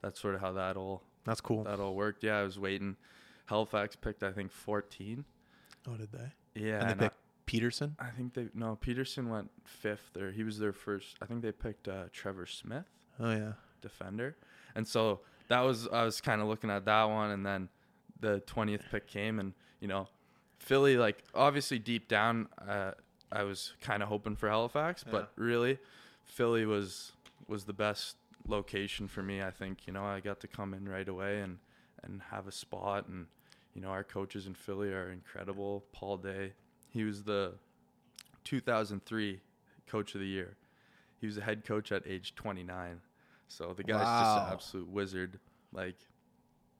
[SPEAKER 2] that's sort of how that all
[SPEAKER 1] That's cool.
[SPEAKER 2] that all worked. Yeah, I was waiting. Halifax picked, I think, 14.
[SPEAKER 1] Oh, did they?
[SPEAKER 2] Yeah,
[SPEAKER 1] and they
[SPEAKER 2] and I-
[SPEAKER 1] picked Peterson.
[SPEAKER 2] I think they no Peterson went fifth, or he was their first. I think they picked uh, Trevor Smith.
[SPEAKER 1] Oh yeah.
[SPEAKER 2] defender. And so that was I was kind of looking at that one and then the 20th pick came and you know Philly like obviously deep down uh, I was kind of hoping for Halifax, but really Philly was was the best location for me. I think you know I got to come in right away and and have a spot and you know our coaches in Philly are incredible. Paul Day, he was the 2003 coach of the year. He was the head coach at age 29. So the guy's just
[SPEAKER 1] Wow.
[SPEAKER 2] an absolute wizard. Like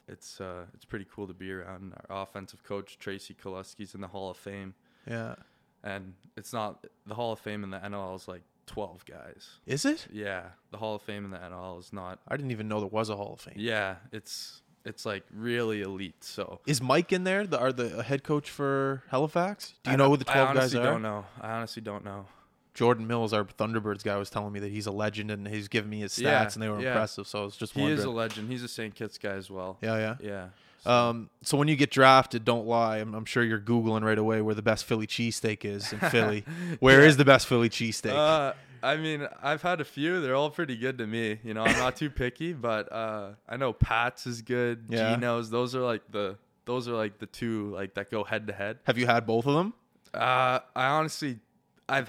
[SPEAKER 2] it's uh, it's pretty cool to be around. Our offensive coach Tracy Koleski's in the Hall of Fame,
[SPEAKER 1] Yeah.
[SPEAKER 2] and it's not the Hall of Fame in the NL is like twelve guys.
[SPEAKER 1] Is it?
[SPEAKER 2] Yeah, the Hall of Fame in the NL is not.
[SPEAKER 1] I didn't even know there was a Hall of Fame.
[SPEAKER 2] Yeah, it's it's like really elite. So
[SPEAKER 1] Is Mike in there? The, are the uh, head coach for Halifax? Do you
[SPEAKER 2] I
[SPEAKER 1] know
[SPEAKER 2] don't-
[SPEAKER 1] who the twelve
[SPEAKER 2] I
[SPEAKER 1] guys
[SPEAKER 2] honestly
[SPEAKER 1] are?
[SPEAKER 2] Don't know. I honestly don't know.
[SPEAKER 1] Jordan Mills, our Thunderbirds guy, was telling me that he's a legend, and he's giving me his stats,
[SPEAKER 2] Yeah,
[SPEAKER 1] and they were
[SPEAKER 2] yeah.
[SPEAKER 1] impressive. So I was just
[SPEAKER 2] He
[SPEAKER 1] wondering.
[SPEAKER 2] is a legend. He's a St. Kitts guy as well.
[SPEAKER 1] yeah, yeah.
[SPEAKER 2] Yeah. So-
[SPEAKER 1] Um, so when you get drafted, don't lie. I'm, I'm sure you're googling right away where the best Philly cheesesteak is in Philly. Where is the best Philly cheesesteak?
[SPEAKER 2] Uh, I mean, I've had a few. They're all pretty good to me. You know, I'm not too picky, but uh, I know Pat's is good.
[SPEAKER 1] Yeah.
[SPEAKER 2] Geno's. Those are like the those are like the two like that go head to head.
[SPEAKER 1] Have you had both of them?
[SPEAKER 2] Uh, I honestly, I've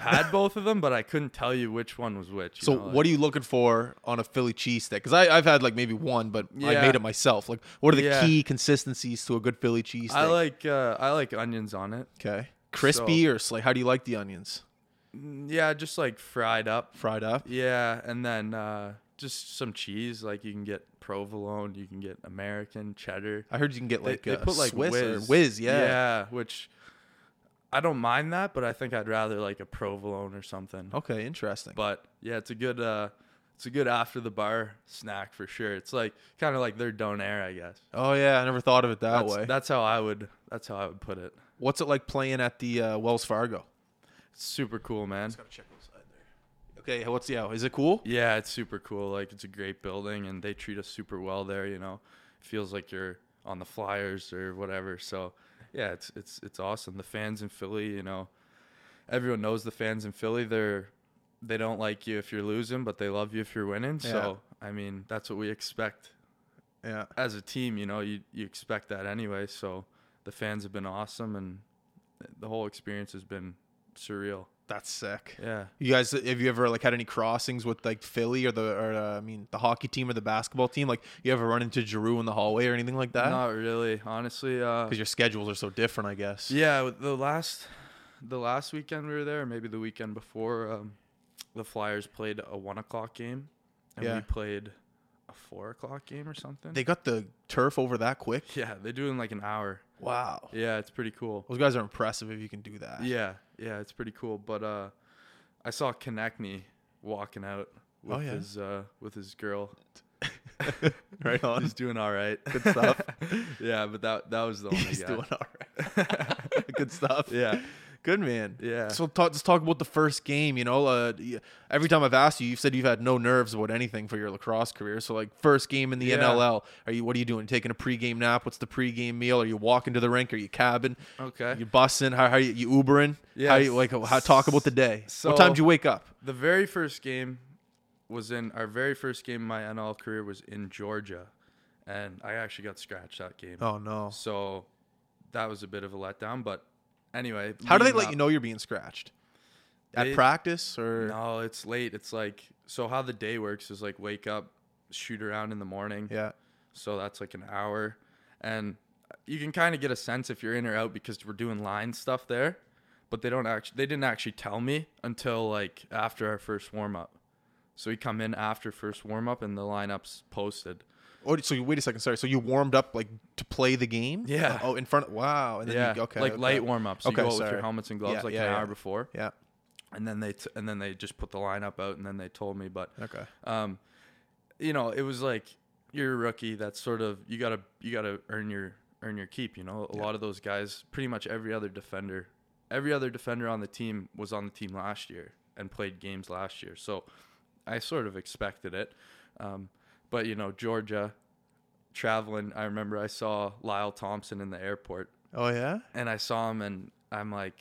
[SPEAKER 2] had both of them, but I couldn't tell you which one was which.
[SPEAKER 1] So what are you looking for on a Philly cheesesteak? Because I've had like maybe one, but I
[SPEAKER 2] Yeah.
[SPEAKER 1] made it myself. Like, what are the
[SPEAKER 2] Yeah.
[SPEAKER 1] key consistencies to a good Philly cheesesteak?
[SPEAKER 2] I like uh, I like onions on it.
[SPEAKER 1] okay, crispy or slight? How do you like the onions?
[SPEAKER 2] Mm, Yeah, just like fried up.
[SPEAKER 1] Fried up?
[SPEAKER 2] Yeah, and then uh, just some cheese. Like you can get provolone, you can get American cheddar.
[SPEAKER 1] I heard you can get
[SPEAKER 2] They-
[SPEAKER 1] like
[SPEAKER 2] they,
[SPEAKER 1] uh,
[SPEAKER 2] put like
[SPEAKER 1] Swiss
[SPEAKER 2] whiz.
[SPEAKER 1] or whiz. Yeah.
[SPEAKER 2] yeah, which I don't mind that, but I think I'd rather like a provolone or something.
[SPEAKER 1] Okay, interesting.
[SPEAKER 2] But yeah, it's a good uh, it's a good after the bar snack for sure. It's like kind of like their donair, I guess.
[SPEAKER 1] oh yeah, I never thought of it that
[SPEAKER 2] That's,
[SPEAKER 1] way.
[SPEAKER 2] that's how I would that's how I would put it.
[SPEAKER 1] What's it like playing at the uh, Wells Fargo?
[SPEAKER 2] It's super cool, man.
[SPEAKER 1] Gotta check what's side there. Okay, what's the hour? Is it cool?
[SPEAKER 2] Yeah, it's super cool. Like it's a great building, and they treat us super well there. You know, it feels like you're on the Flyers or whatever. So yeah, it's it's it's awesome. The fans in Philly, you know, everyone knows the fans in Philly. They're they don't like you if you're losing, but they love you if you're winning. So I mean, that's what we expect
[SPEAKER 1] Yeah.
[SPEAKER 2] as a team. You know, you you expect that anyway. So the fans have been awesome, and the whole experience has been surreal.
[SPEAKER 1] That's sick.
[SPEAKER 2] Yeah.
[SPEAKER 1] You guys, have you ever like had any crossings with like Philly or the or uh, I mean the hockey team or the basketball team? Like you ever run into Giroux in the hallway or anything like that?
[SPEAKER 2] Not really, honestly. Uh,
[SPEAKER 1] Because your schedules are so different, I guess.
[SPEAKER 2] Yeah, with the last the last weekend we were there, maybe the weekend before, um, the Flyers played a one o'clock game, and
[SPEAKER 1] Yeah.
[SPEAKER 2] we played a four o'clock game or something.
[SPEAKER 1] They got the turf over that quick.
[SPEAKER 2] yeah, they do it in like an hour.
[SPEAKER 1] Wow.
[SPEAKER 2] Yeah, it's pretty cool.
[SPEAKER 1] Those guys are impressive if you can do that.
[SPEAKER 2] Yeah, yeah, it's pretty cool. But uh, I saw Konechny walking out with
[SPEAKER 1] Oh, yeah?
[SPEAKER 2] his uh, with his girl.
[SPEAKER 1] Right on.
[SPEAKER 2] He's doing all right. Good
[SPEAKER 1] stuff.
[SPEAKER 2] yeah, but that that was the only
[SPEAKER 1] He's
[SPEAKER 2] guy.
[SPEAKER 1] doing all right. Good stuff.
[SPEAKER 2] Yeah.
[SPEAKER 1] Good man.
[SPEAKER 2] Yeah.
[SPEAKER 1] So talk, let's talk about the first game. You know, uh, y- every time I've asked you, you've said you've had no nerves about anything for your lacrosse career. So like first game in the
[SPEAKER 2] Yeah.
[SPEAKER 1] NLL, are you? What are you doing? Taking a pregame nap? What's the pregame meal? Are you walking to the rink? Are you cabbing?
[SPEAKER 2] Okay.
[SPEAKER 1] You bussing? How, how you, you Ubering?
[SPEAKER 2] Yeah,
[SPEAKER 1] How you like? How talk about the day?
[SPEAKER 2] so-
[SPEAKER 1] what time did you wake up?
[SPEAKER 2] The very first game was in our very first game in my NL career was in Georgia, and I actually got scratched that game.
[SPEAKER 1] Oh no!
[SPEAKER 2] So that was a bit of a letdown. But anyway,
[SPEAKER 1] How do they
[SPEAKER 2] leading
[SPEAKER 1] let
[SPEAKER 2] up-
[SPEAKER 1] you know you're being scratched? At
[SPEAKER 2] They-
[SPEAKER 1] practice or
[SPEAKER 2] No, it's late. It's like so. How the day works is like wake up, shoot around in the morning.
[SPEAKER 1] yeah?
[SPEAKER 2] So that's like an hour, and you can kind of get a sense if you're in or out because we're doing line stuff there. But they don't actually. They didn't actually tell me until like after our first warm up. So we come in after first warm up and the lineup's posted.
[SPEAKER 1] Oh, so you, wait a second. Sorry. So you warmed up like to play the game?
[SPEAKER 2] Yeah.
[SPEAKER 1] Oh, in front. Of, wow. And then
[SPEAKER 2] yeah,
[SPEAKER 1] You, okay.
[SPEAKER 2] like
[SPEAKER 1] okay.
[SPEAKER 2] light warm ups. So
[SPEAKER 1] Okay,
[SPEAKER 2] you go out with
[SPEAKER 1] sorry.
[SPEAKER 2] your helmets and gloves
[SPEAKER 1] Yeah,
[SPEAKER 2] like
[SPEAKER 1] yeah,
[SPEAKER 2] an
[SPEAKER 1] yeah.
[SPEAKER 2] hour before,
[SPEAKER 1] Yeah.
[SPEAKER 2] and then they t- and then they just put the lineup out, and then they told me. But
[SPEAKER 1] Okay.
[SPEAKER 2] um, you know, it was like you're a rookie. That's sort of you gotta you gotta earn your earn your keep. You know, a lot of those guys, pretty much every other defender, every other defender on the team was on the team last year and played games last year. So I sort of expected it, um, but you know, Georgia traveling. I remember I saw Lyle Thompson in the airport
[SPEAKER 1] Oh yeah.
[SPEAKER 2] and I saw him and I'm like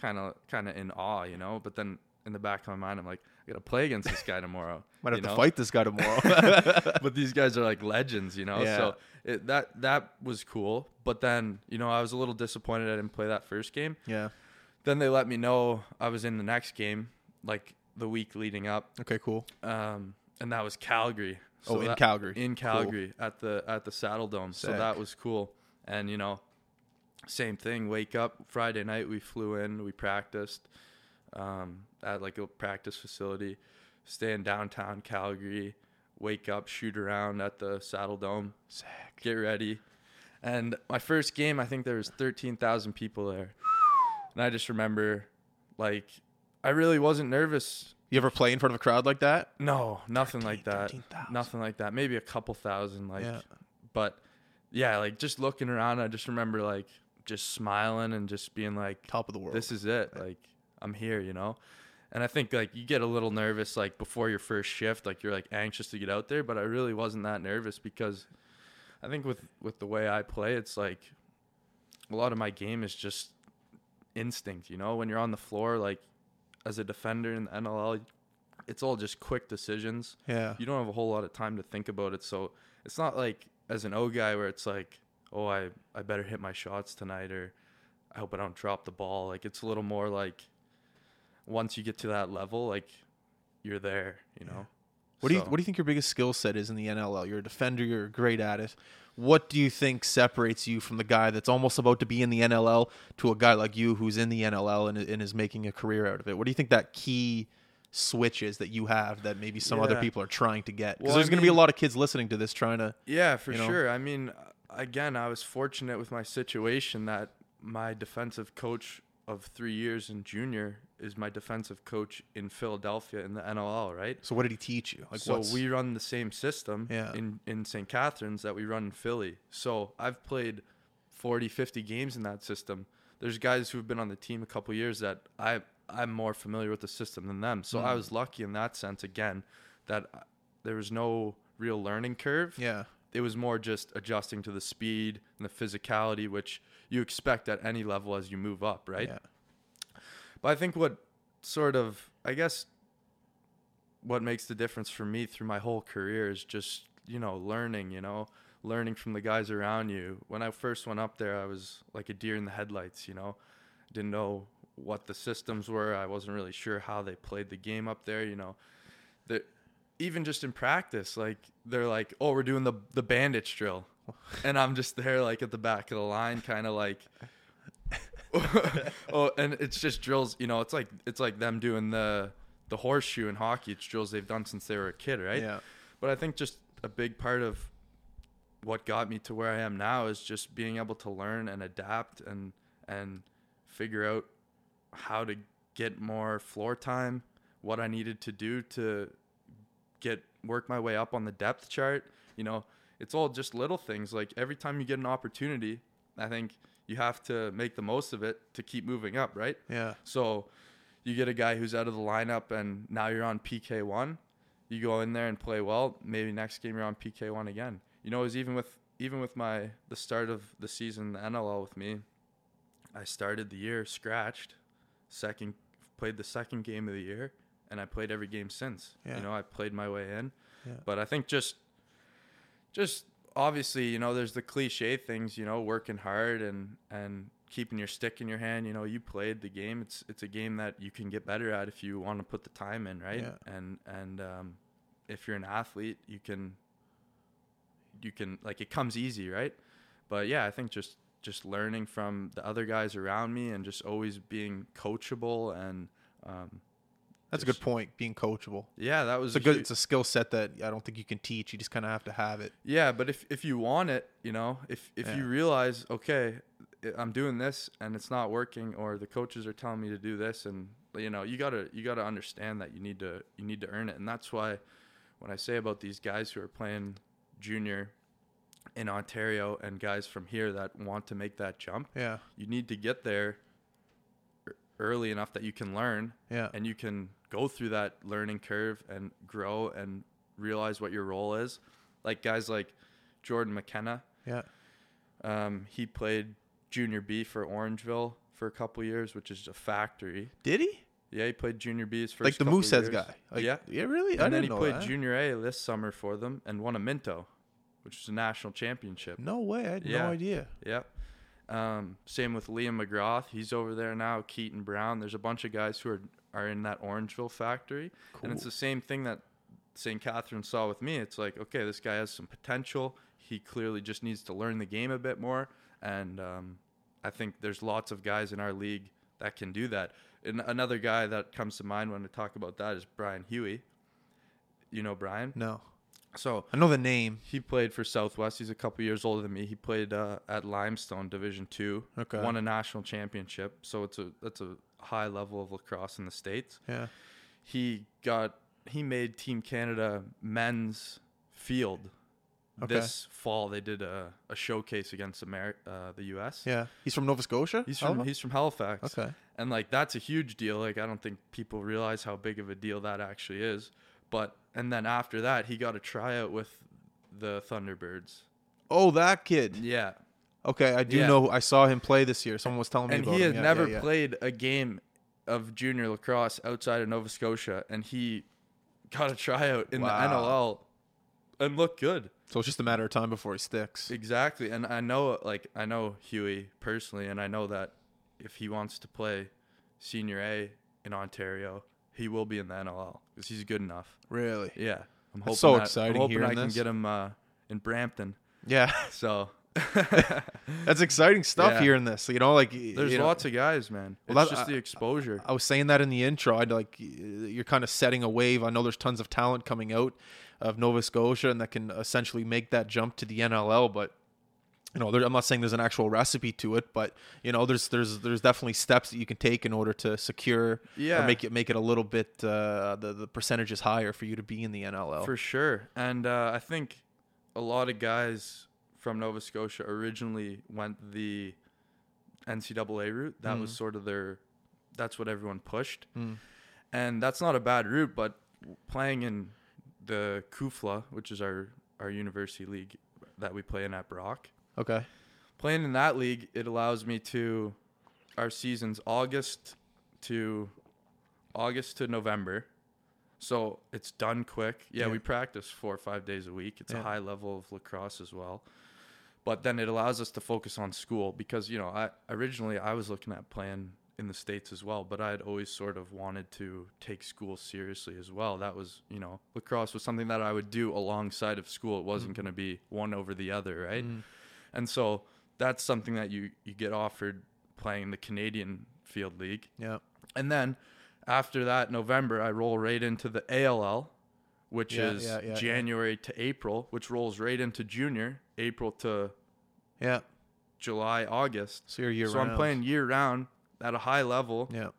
[SPEAKER 2] kind of kind of in awe, you know, but then in the back of my mind I'm like I got to play against this guy tomorrow.
[SPEAKER 1] Might
[SPEAKER 2] you
[SPEAKER 1] have to
[SPEAKER 2] know?
[SPEAKER 1] fight this guy tomorrow.
[SPEAKER 2] but these guys are like legends, you know.
[SPEAKER 1] Yeah.
[SPEAKER 2] So it, that that was cool, but then, you know, I was a little disappointed I didn't play that first game.
[SPEAKER 1] yeah.
[SPEAKER 2] Then they let me know I was in the next game like the week leading up.
[SPEAKER 1] Okay. Cool.
[SPEAKER 2] Um and that was Calgary.
[SPEAKER 1] Oh, in
[SPEAKER 2] that-
[SPEAKER 1] Calgary.
[SPEAKER 2] In
[SPEAKER 1] Cool.
[SPEAKER 2] Calgary at the at the Saddle Dome. So
[SPEAKER 1] Sick.
[SPEAKER 2] that was cool. And you know, same thing. Wake up Friday night. We flew in. We practiced um, at like a practice facility. Stay in downtown Calgary. Wake up, shoot around at the Saddle Dome.
[SPEAKER 1] Sick.
[SPEAKER 2] Get ready. And my first game, I think there was thirteen thousand people there, and I just remember, like, I really wasn't nervous.
[SPEAKER 1] You ever play in front of a crowd like that?
[SPEAKER 2] No, nothing like
[SPEAKER 1] 13,
[SPEAKER 2] that.
[SPEAKER 1] 13,000.
[SPEAKER 2] nothing like that. Maybe a couple thousand, like,
[SPEAKER 1] Yeah.
[SPEAKER 2] but yeah, like just looking around, I just remember like just smiling and just being like,
[SPEAKER 1] Top of the world.
[SPEAKER 2] "This is it. Like, I'm here," you know. And I think like you get a little nervous like before your first shift, like you're like anxious to get out there. But I really wasn't that nervous because I think with with the way I play, it's like a lot of my game is just instinct. You know, when you're on the floor, like as a defender in the NLL, it's all just quick decisions
[SPEAKER 1] yeah.
[SPEAKER 2] you don't have a whole lot of time to think about it. So it's not like as an O guy where it's like, oh, I, I better hit my shots tonight or I hope I don't drop the ball. Like it's a little more like once you get to that level, like you're there, you know?
[SPEAKER 1] What do you
[SPEAKER 2] So-
[SPEAKER 1] What do you think your biggest skill set is in the NLL? You're a defender. You're great at it. What do you think separates you from the guy that's almost about to be in the NLL to a guy like you who's in the NLL and, and is making a career out of it? What do you think that key switch is that you have that maybe some other
[SPEAKER 2] Yeah.
[SPEAKER 1] people are trying to get? Because
[SPEAKER 2] Well, I
[SPEAKER 1] there's going to be a
[SPEAKER 2] mean-
[SPEAKER 1] lot of kids listening to this trying to.
[SPEAKER 2] Yeah, for
[SPEAKER 1] you know?
[SPEAKER 2] sure. I mean, again, I was fortunate with my situation that my defensive coach of three years in junior is my defensive coach in Philadelphia in the NLL, right?
[SPEAKER 1] So what did he teach you? Like
[SPEAKER 2] so
[SPEAKER 1] what's
[SPEAKER 2] we run the same system
[SPEAKER 1] Yeah.
[SPEAKER 2] in, in St. Catharines that we run in Philly. So I've played 40, 50 games in that system. There's guys who've been on the team a couple years that I I'm more familiar with the system than them. So
[SPEAKER 1] Mm.
[SPEAKER 2] I was lucky in that sense again that uh, there was no real learning curve
[SPEAKER 1] yeah.
[SPEAKER 2] it was more just adjusting to the speed and the physicality which you expect at any level as you move up right
[SPEAKER 1] Yeah.
[SPEAKER 2] But I think what sort of, I guess, what makes the difference for me through my whole career is just, you know, learning, you know, learning from the guys around you. When I first went up there, I was like a deer in the headlights, you know, didn't know what the systems were. I wasn't really sure how they played the game up there, you know. That even just in practice, like they're like, "Oh, we're doing the the bandage drill." And I'm just there like at the back of the line kind of like oh, and it's just drills. You know, it's like it's like them doing the the horseshoe in hockey. It's drills they've done since they were a kid, right?
[SPEAKER 1] Yeah.
[SPEAKER 2] But I think just a big part of what got me to where I am now is just being able to learn and adapt and and figure out how to get more floor time, what I needed to do to get work my way up on the depth chart. You know, it's all just little things. Like every time you get an opportunity, I think you have to make the most of it to keep moving up, right?
[SPEAKER 1] Yeah.
[SPEAKER 2] So you get a guy who's out of the lineup and now you're on PK1. You go in there and play well. Maybe next game you're on PK1 again. You know, it was even with even with my the start of the season the NLL with me, I started the year scratched, second played the second game of the year and I played every game since.
[SPEAKER 1] Yeah.
[SPEAKER 2] You know, I played my way in.
[SPEAKER 1] Yeah.
[SPEAKER 2] But I think just just obviously, you know, there's the cliche things, you know, working hard and and keeping your stick in your hand. You know, you played the game. It's it's a game that you can get better at if you want to put the time in, right?
[SPEAKER 1] Yeah.
[SPEAKER 2] And and um, if you're an athlete, you can you can like it comes easy, right? But yeah, I think just just learning from the other guys around me and just always being coachable and um,
[SPEAKER 1] That's a
[SPEAKER 2] Just-
[SPEAKER 1] good point. Being coachable.
[SPEAKER 2] yeah, that was
[SPEAKER 1] It's a good.
[SPEAKER 2] hu-
[SPEAKER 1] It's a skill set that I don't think you can teach. You just kind of have to have it.
[SPEAKER 2] Yeah, but if if you want it, you know, if if you
[SPEAKER 1] Yeah.
[SPEAKER 2] realize, okay, I- I'm doing this and it's not working, or the coaches are telling me to do this, and you know, you gotta you gotta understand that you need to you need to earn it, and that's why when I say about these guys who are playing junior in Ontario and guys from here that want to make that jump,
[SPEAKER 1] Yeah.
[SPEAKER 2] you need to get there ear- early enough that you can learn
[SPEAKER 1] Yeah.
[SPEAKER 2] and you can go through that learning curve and grow and realize what your role is. Like guys like Jordan McKenna,
[SPEAKER 1] Yeah.
[SPEAKER 2] um, he played junior B for Orangeville for a couple years, which is a factory.
[SPEAKER 1] Did he?
[SPEAKER 2] Yeah, he played junior B his first
[SPEAKER 1] Like the
[SPEAKER 2] couple
[SPEAKER 1] Mooseheads
[SPEAKER 2] years.
[SPEAKER 1] guy. Like,
[SPEAKER 2] yeah,
[SPEAKER 1] Yeah. Really? I
[SPEAKER 2] and then
[SPEAKER 1] didn't
[SPEAKER 2] he
[SPEAKER 1] know
[SPEAKER 2] played
[SPEAKER 1] that.
[SPEAKER 2] junior A this summer for them and won a Minto, which is a national championship.
[SPEAKER 1] No way. I had
[SPEAKER 2] Yeah.
[SPEAKER 1] no idea.
[SPEAKER 2] Yep. Um, same with Liam McGrath. He's over there now. Keaton Brown. There's a bunch of guys who are are in that Orangeville factory, and it's
[SPEAKER 1] Cool.
[SPEAKER 2] the same thing that St. Catherine saw with me. It's like, okay, this guy has some potential. He clearly just needs to learn the game a bit more, and um, I think there's lots of guys in our league that can do that. And another guy that comes to mind when I talk about that is Brian Huey. You know Brian.
[SPEAKER 1] No.
[SPEAKER 2] So
[SPEAKER 1] I know the name.
[SPEAKER 2] he played for Southwest. He's a couple years older than me. He played uh, at Limestone Division Two.
[SPEAKER 1] Okay.
[SPEAKER 2] Won a national championship. So it's a that's a high level of lacrosse in the states.
[SPEAKER 1] Yeah.
[SPEAKER 2] He got he made Team Canada men's field.
[SPEAKER 1] Okay.
[SPEAKER 2] This fall they did a, a showcase against Ameri- uh, the U.S.
[SPEAKER 1] Yeah. He's from Nova Scotia.
[SPEAKER 2] He's
[SPEAKER 1] Alabama?
[SPEAKER 2] from he's from Halifax.
[SPEAKER 1] Okay.
[SPEAKER 2] And like that's a huge deal. Like I don't think people realize how big of a deal that actually is. But and then after that he got a tryout with the Thunderbirds.
[SPEAKER 1] Oh, that kid.
[SPEAKER 2] Yeah.
[SPEAKER 1] Okay, I do
[SPEAKER 2] Yeah.
[SPEAKER 1] know. I saw him play this year. Someone was telling me
[SPEAKER 2] And
[SPEAKER 1] about
[SPEAKER 2] he
[SPEAKER 1] him.
[SPEAKER 2] has
[SPEAKER 1] Yeah,
[SPEAKER 2] never
[SPEAKER 1] yeah, yeah.
[SPEAKER 2] played a game of junior lacrosse outside of Nova Scotia and he got a tryout in
[SPEAKER 1] Wow.
[SPEAKER 2] the NLL and looked good.
[SPEAKER 1] So it's just a matter of time before he sticks.
[SPEAKER 2] Exactly. And I know like I know Huey personally and I know that if he wants to play senior A in Ontario, he will be in the NLL cuz he's good enough.
[SPEAKER 1] Really?
[SPEAKER 2] Yeah. I'm hoping
[SPEAKER 1] That's so
[SPEAKER 2] that, I'm
[SPEAKER 1] exciting
[SPEAKER 2] hoping
[SPEAKER 1] hearing
[SPEAKER 2] I can
[SPEAKER 1] this.
[SPEAKER 2] get him uh, in Brampton.
[SPEAKER 1] Yeah,
[SPEAKER 2] So
[SPEAKER 1] that's exciting stuff
[SPEAKER 2] Yeah.
[SPEAKER 1] hearing this. You know, like y-
[SPEAKER 2] there's
[SPEAKER 1] you know,
[SPEAKER 2] lots of guys, man.
[SPEAKER 1] Well,
[SPEAKER 2] it's
[SPEAKER 1] that- uh,
[SPEAKER 2] just
[SPEAKER 1] I-
[SPEAKER 2] the exposure.
[SPEAKER 1] I was saying that in the intro. I'd like y- you're kind of setting a wave. I know there's tons of talent coming out of Nova Scotia and that can essentially make that jump to the NLL. But you know, there, I'm not saying there's an actual recipe to it, but you know, there's there's there's definitely steps that you can take in order to secure
[SPEAKER 2] Yeah.
[SPEAKER 1] or make it make it a little bit uh, the the percentage is higher for you to be in the NLL.
[SPEAKER 2] For sure. And uh, I think a lot of guys from Nova Scotia originally went the NCAA route. That was sort of their, that's what everyone pushed. And that's not a bad route, but playing in the Kufla, which is our, our university league that we play in at Brock,
[SPEAKER 1] okay.
[SPEAKER 2] playing in that league, it allows me to, our season's August to August to November. So it's done quick. Yeah,
[SPEAKER 1] Yeah.
[SPEAKER 2] we practice four or five days a week. It's
[SPEAKER 1] Yeah.
[SPEAKER 2] a high level of lacrosse as well. But then it allows us to focus on school because, you know, I originally I was looking at playing in the States as well, but I had always sort of wanted to take school seriously as well. That was, you know, lacrosse was something that I would do alongside of school. It
[SPEAKER 1] Mm.
[SPEAKER 2] wasn't going to be one over the other, right? And so that's something that you you get offered playing the Canadian Field League.
[SPEAKER 1] Yeah.
[SPEAKER 2] And then after that November, I roll right into the ALL, which
[SPEAKER 1] Yeah,
[SPEAKER 2] is
[SPEAKER 1] yeah, yeah, yeah.
[SPEAKER 2] January to April, which rolls right into junior, April to
[SPEAKER 1] Yeah.
[SPEAKER 2] July, August.
[SPEAKER 1] So you're year
[SPEAKER 2] so I'm
[SPEAKER 1] round.
[SPEAKER 2] playing year round at a high level
[SPEAKER 1] Yeah.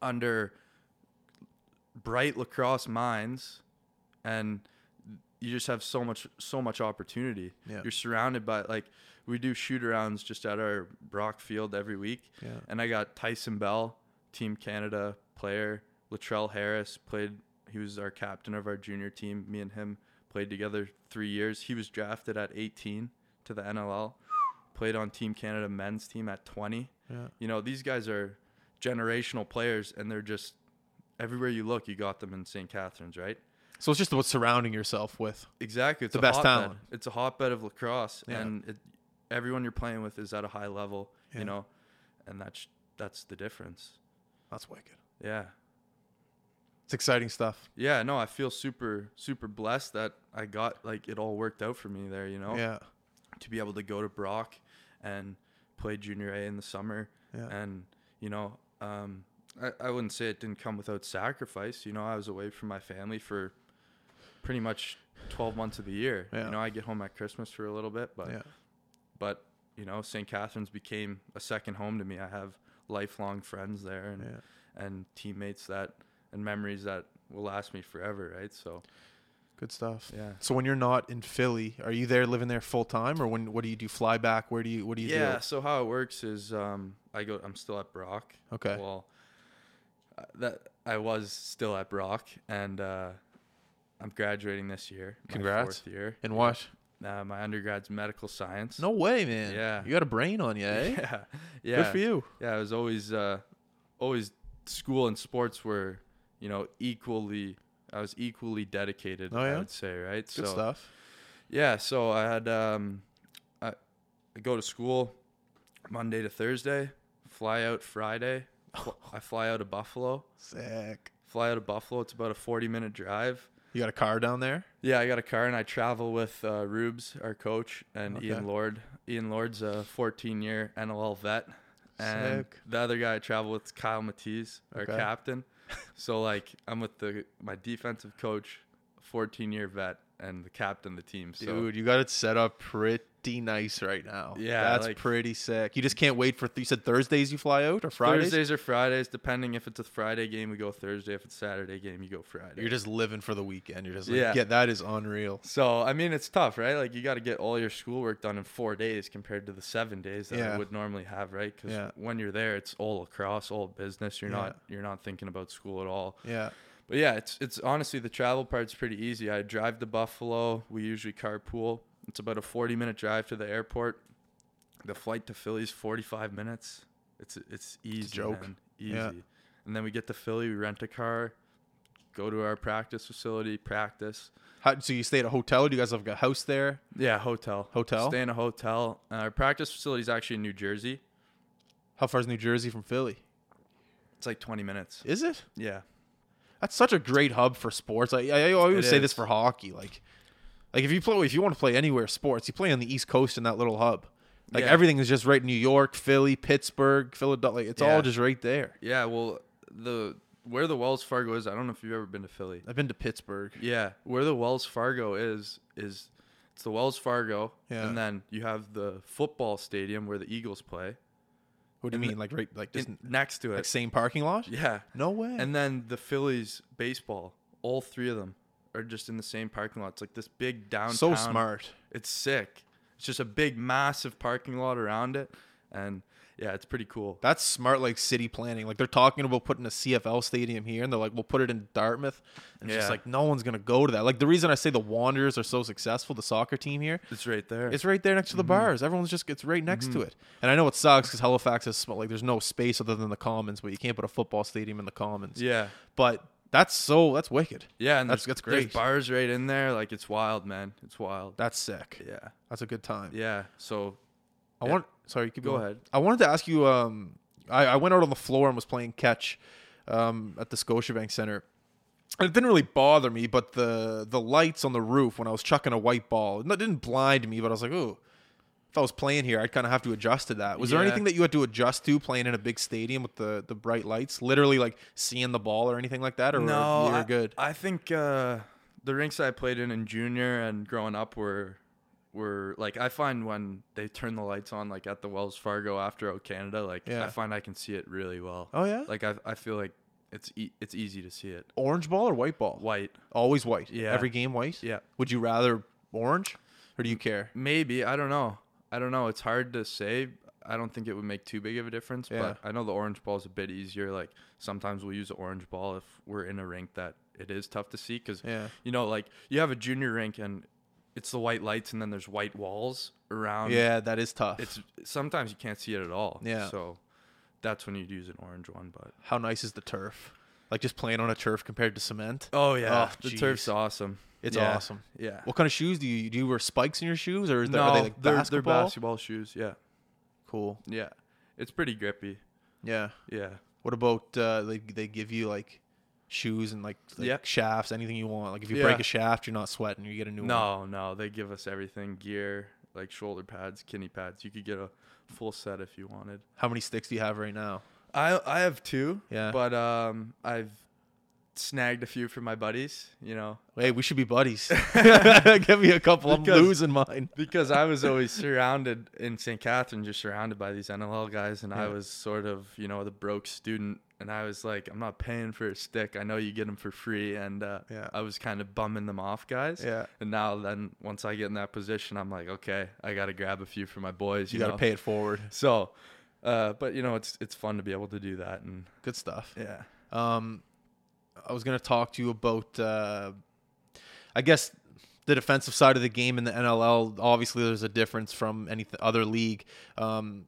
[SPEAKER 2] under bright lacrosse minds and you just have so much so much opportunity.
[SPEAKER 1] Yeah.
[SPEAKER 2] You're surrounded by like we do shoot arounds just at our Brock Field every week.
[SPEAKER 1] Yeah.
[SPEAKER 2] And I got Tyson Bell, Team Canada player, Latrell Harris played he was our captain of our junior team. Me and him played together 3 years. He was drafted at 18 to the NLL. Played on Team Canada men's team at 20.
[SPEAKER 1] Yeah.
[SPEAKER 2] You know, these guys are generational players and they're just everywhere you look, you got them in St. Catharines, right?
[SPEAKER 1] So it's just about surrounding yourself with.
[SPEAKER 2] Exactly. It's
[SPEAKER 1] The
[SPEAKER 2] a
[SPEAKER 1] best
[SPEAKER 2] hotbed.
[SPEAKER 1] talent.
[SPEAKER 2] It's a hotbed of lacrosse,
[SPEAKER 1] Yeah.
[SPEAKER 2] and it, everyone you're playing with is at a high level,
[SPEAKER 1] Yeah.
[SPEAKER 2] you know, and that's that's the difference.
[SPEAKER 1] That's wicked.
[SPEAKER 2] Yeah,
[SPEAKER 1] It's exciting stuff.
[SPEAKER 2] yeah. No, I feel super super blessed that I got like it all worked out for me there. You know,
[SPEAKER 1] Yeah.
[SPEAKER 2] to be able to go to Brock and play junior A in the summer.
[SPEAKER 1] Yeah.
[SPEAKER 2] And, you know, um, I, I wouldn't say it didn't come without sacrifice. You know, I was away from my family for pretty much 12 months of the year.
[SPEAKER 1] Yeah.
[SPEAKER 2] You know, I get home at Christmas for a little bit, but,
[SPEAKER 1] Yeah.
[SPEAKER 2] but you know, St. Catharines became a second home to me. I have lifelong friends there and,
[SPEAKER 1] Yeah.
[SPEAKER 2] and teammates that, and memories that will last me forever. Right. So,
[SPEAKER 1] Good stuff.
[SPEAKER 2] yeah.
[SPEAKER 1] So when you're not in Philly, are you there living there full time, or when? What do you do? Fly back? Where do you? What do you
[SPEAKER 2] yeah so how it works is um i go i'm still at brock
[SPEAKER 1] Okay.
[SPEAKER 2] well uh, that i was still at brock and uh i'm graduating this year my
[SPEAKER 1] Congrats.
[SPEAKER 2] fourth year
[SPEAKER 1] do? And what?
[SPEAKER 2] uh, my undergrad's medical science
[SPEAKER 1] No way, man.
[SPEAKER 2] Yeah.
[SPEAKER 1] You got a brain on you, eh?
[SPEAKER 2] yeah yeah
[SPEAKER 1] Good for you.
[SPEAKER 2] yeah it was always uh always school and sports were you know equally i was equally dedicated
[SPEAKER 1] Oh, yeah?
[SPEAKER 2] i would say right
[SPEAKER 1] Good
[SPEAKER 2] so
[SPEAKER 1] stuff.
[SPEAKER 2] Yeah, so I had um, I, I go to school Monday to Thursday, fly out Friday. Fl- I fly out of Buffalo.
[SPEAKER 1] Sick.
[SPEAKER 2] Fly out of Buffalo. It's about a forty-minute drive.
[SPEAKER 1] You got a car down there?
[SPEAKER 2] Yeah, I got a car and I travel with uh, Rubes, our coach, and
[SPEAKER 1] Okay.
[SPEAKER 2] Ian Lord. Ian Lord's a 14-year NLL vet, and
[SPEAKER 1] Sick.
[SPEAKER 2] the other guy I travel with is Kyle Matisse, our
[SPEAKER 1] Okay.
[SPEAKER 2] captain. so like I'm with the my defensive coach, 14-year vet, and the captain of the team. So
[SPEAKER 1] Dude, you got it set up pretty nice right now.
[SPEAKER 2] Yeah,
[SPEAKER 1] That's
[SPEAKER 2] like-
[SPEAKER 1] pretty sick. You just can't wait for. Th- you said Thursdays you fly out or Fridays?
[SPEAKER 2] Thursdays or Fridays, depending if it's a Friday game, we go Thursday. If it's Saturday game, you go Friday.
[SPEAKER 1] You're just living for the weekend. You're just like, yeah,
[SPEAKER 2] Yeah.
[SPEAKER 1] that is unreal.
[SPEAKER 2] so I mean, it's tough, right? Like you got to get all your schoolwork done in four days compared to the seven days that
[SPEAKER 1] Yeah.
[SPEAKER 2] I would normally have, right? Because
[SPEAKER 1] Yeah.
[SPEAKER 2] when you're there, it's all across, all business. You're
[SPEAKER 1] Yeah.
[SPEAKER 2] not you're not thinking about school at all.
[SPEAKER 1] Yeah.
[SPEAKER 2] But yeah, it's it's honestly the travel part's pretty easy. I drive to Buffalo. We usually carpool. It's about a 40 minute drive to the airport. The flight to Philly is 45 minutes. It's it's easy.
[SPEAKER 1] joke.
[SPEAKER 2] man. Easy.
[SPEAKER 1] Yeah.
[SPEAKER 2] And then we get to Philly. We rent a car. Go to our practice facility. Practice.
[SPEAKER 1] How, so you stay at a hotel? Do you guys have a house there?
[SPEAKER 2] Yeah, hotel.
[SPEAKER 1] Hotel?
[SPEAKER 2] Stay in a hotel. Uh, our practice facility is actually in New Jersey.
[SPEAKER 1] How far is New Jersey from Philly?
[SPEAKER 2] It's like 20 minutes.
[SPEAKER 1] Is it?
[SPEAKER 2] Yeah.
[SPEAKER 1] That's such a great hub for sports. I, I always
[SPEAKER 2] It
[SPEAKER 1] say this
[SPEAKER 2] is.
[SPEAKER 1] for hockey. Like, like if you play, if you want to play anywhere sports, you play on the East Coast in that little hub. Like
[SPEAKER 2] Yeah.
[SPEAKER 1] everything is just right. New York, Philly, Pittsburgh, Philadelphia. Like, it's all
[SPEAKER 2] Yeah.
[SPEAKER 1] just right there.
[SPEAKER 2] Yeah. Well, the where the Wells Fargo is, I don't know if you've ever been to Philly.
[SPEAKER 1] I've been to Pittsburgh.
[SPEAKER 2] Yeah, where the Wells Fargo is is it's the Wells Fargo,
[SPEAKER 1] Yeah.
[SPEAKER 2] and then you have the football stadium where the Eagles play
[SPEAKER 1] What do you
[SPEAKER 2] In the-
[SPEAKER 1] mean? Like right, like just
[SPEAKER 2] in- next to it.
[SPEAKER 1] like same parking lot?
[SPEAKER 2] yeah,
[SPEAKER 1] No way.
[SPEAKER 2] and then the Phillies baseball. All three of them are just in the same parking lot. It's like this big downtown.
[SPEAKER 1] so smart.
[SPEAKER 2] It's sick. It's just a big, massive parking lot around it, and yeah, it's pretty cool.
[SPEAKER 1] That's smart, like city planning. Like they're talking about putting a CFL stadium here, and they're like, we'll put it in Dartmouth. And it's just
[SPEAKER 2] Yeah.
[SPEAKER 1] like no one's gonna go to that. Like the reason I say the Wanderers are so successful, the soccer team here,
[SPEAKER 2] It's right there.
[SPEAKER 1] it's right there next
[SPEAKER 2] Mm-hmm.
[SPEAKER 1] to the bars. Everyone's just it's right next to it. And I know it sucks because Halifax is small. Like there's no space other than the Commons, but you can't put a football stadium in the Commons.
[SPEAKER 2] yeah,
[SPEAKER 1] But that's so that's wicked.
[SPEAKER 2] yeah, and
[SPEAKER 1] That's-
[SPEAKER 2] there's,
[SPEAKER 1] that's great.
[SPEAKER 2] There's bars right in there. Like it's wild, man. It's wild.
[SPEAKER 1] That's sick.
[SPEAKER 2] yeah,
[SPEAKER 1] That's a good time.
[SPEAKER 2] yeah. So
[SPEAKER 1] I
[SPEAKER 2] Yeah.
[SPEAKER 1] want. Sorry, keep
[SPEAKER 2] Go
[SPEAKER 1] going.
[SPEAKER 2] ahead.
[SPEAKER 1] I wanted to ask you. Um, I, I went out on the floor and was playing catch, um, at the Scotiabank Center. And it didn't really bother me, but the the lights on the roof when I was chucking a white ball, it didn't blind me, but I was like, ooh. If I was playing here, I'd kind of have to adjust to that. Was there
[SPEAKER 2] Yeah.
[SPEAKER 1] anything that you had to adjust to playing in a big stadium with the, the bright lights, literally like seeing the ball or anything like that, or
[SPEAKER 2] no,
[SPEAKER 1] you're
[SPEAKER 2] I,
[SPEAKER 1] good?
[SPEAKER 2] I think uh, the rinks I played in in junior and growing up were were like I find when they turn the lights on like at the Wells Fargo after O Canada, like
[SPEAKER 1] Yeah.
[SPEAKER 2] I find I can see it really well.
[SPEAKER 1] oh yeah,
[SPEAKER 2] Like I I feel like it's e- it's easy to see it.
[SPEAKER 1] orange ball or white ball?
[SPEAKER 2] White.
[SPEAKER 1] Always white.
[SPEAKER 2] Yeah.
[SPEAKER 1] every game white.
[SPEAKER 2] Yeah.
[SPEAKER 1] Would you rather orange, or do you care?
[SPEAKER 2] Maybe I don't know. I don't know. It's hard to say. I don't think it would make too big of a difference,
[SPEAKER 1] Yeah.
[SPEAKER 2] but I know the orange ball is a bit easier. Like sometimes we'll use the orange ball if we're in a rink that it is tough to see because
[SPEAKER 1] Yeah.
[SPEAKER 2] you know, like you have a junior rink and it's the white lights and then there's white walls around.
[SPEAKER 1] Yeah, that is tough.
[SPEAKER 2] it's sometimes you can't see it at all.
[SPEAKER 1] Yeah.
[SPEAKER 2] so that's when you'd use an orange one. But
[SPEAKER 1] how nice is the turf? Like just playing on a turf compared to cement.
[SPEAKER 2] oh yeah,
[SPEAKER 1] Oh,
[SPEAKER 2] the
[SPEAKER 1] jeez.
[SPEAKER 2] turf's awesome.
[SPEAKER 1] It's
[SPEAKER 2] Yeah.
[SPEAKER 1] awesome.
[SPEAKER 2] Yeah,
[SPEAKER 1] What kind of shoes do you do? You wear spikes in your shoes, or is there,
[SPEAKER 2] no,
[SPEAKER 1] are they like
[SPEAKER 2] they're, they're
[SPEAKER 1] basketball?
[SPEAKER 2] basketball shoes. Yeah,
[SPEAKER 1] Cool.
[SPEAKER 2] yeah, it's pretty grippy.
[SPEAKER 1] Yeah.
[SPEAKER 2] Yeah.
[SPEAKER 1] What about uh, they they give you like shoes and like, like
[SPEAKER 2] Yeah.
[SPEAKER 1] shafts, anything you want. Like if you break
[SPEAKER 2] Yeah.
[SPEAKER 1] a shaft, you're not sweating. You get a new one.
[SPEAKER 2] No, no, they give us everything: gear, like shoulder pads, kidney pads. You could get a full set if you wanted.
[SPEAKER 1] How many sticks do you have right now?
[SPEAKER 2] I I have two.
[SPEAKER 1] Yeah.
[SPEAKER 2] But um, I've snagged a few for my buddies. You know,
[SPEAKER 1] Hey, we should be buddies. give me a couple. I'm
[SPEAKER 2] Because-
[SPEAKER 1] losing mine.
[SPEAKER 2] because I was always surrounded in St. Catherine, just surrounded by these NLL guys, and I
[SPEAKER 1] Yeah.
[SPEAKER 2] was sort of, you know, the broke student. And I was like, I'm not paying for a stick. I know you get them for free, and uh,
[SPEAKER 1] Yeah.
[SPEAKER 2] I was kind of bumming them off, guys.
[SPEAKER 1] Yeah.
[SPEAKER 2] And now, then, once I get in that position, I'm like, okay, I got to grab a few for my boys.
[SPEAKER 1] You
[SPEAKER 2] You,
[SPEAKER 1] got to
[SPEAKER 2] know?
[SPEAKER 1] pay it forward.
[SPEAKER 2] So, uh, but you know, it's it's fun to be able to do that, and
[SPEAKER 1] Good stuff.
[SPEAKER 2] yeah,
[SPEAKER 1] Um, I was going to talk to you about, uh, I guess, the defensive side of the game in the NLL. Obviously, there's a difference from any th- other league. Um,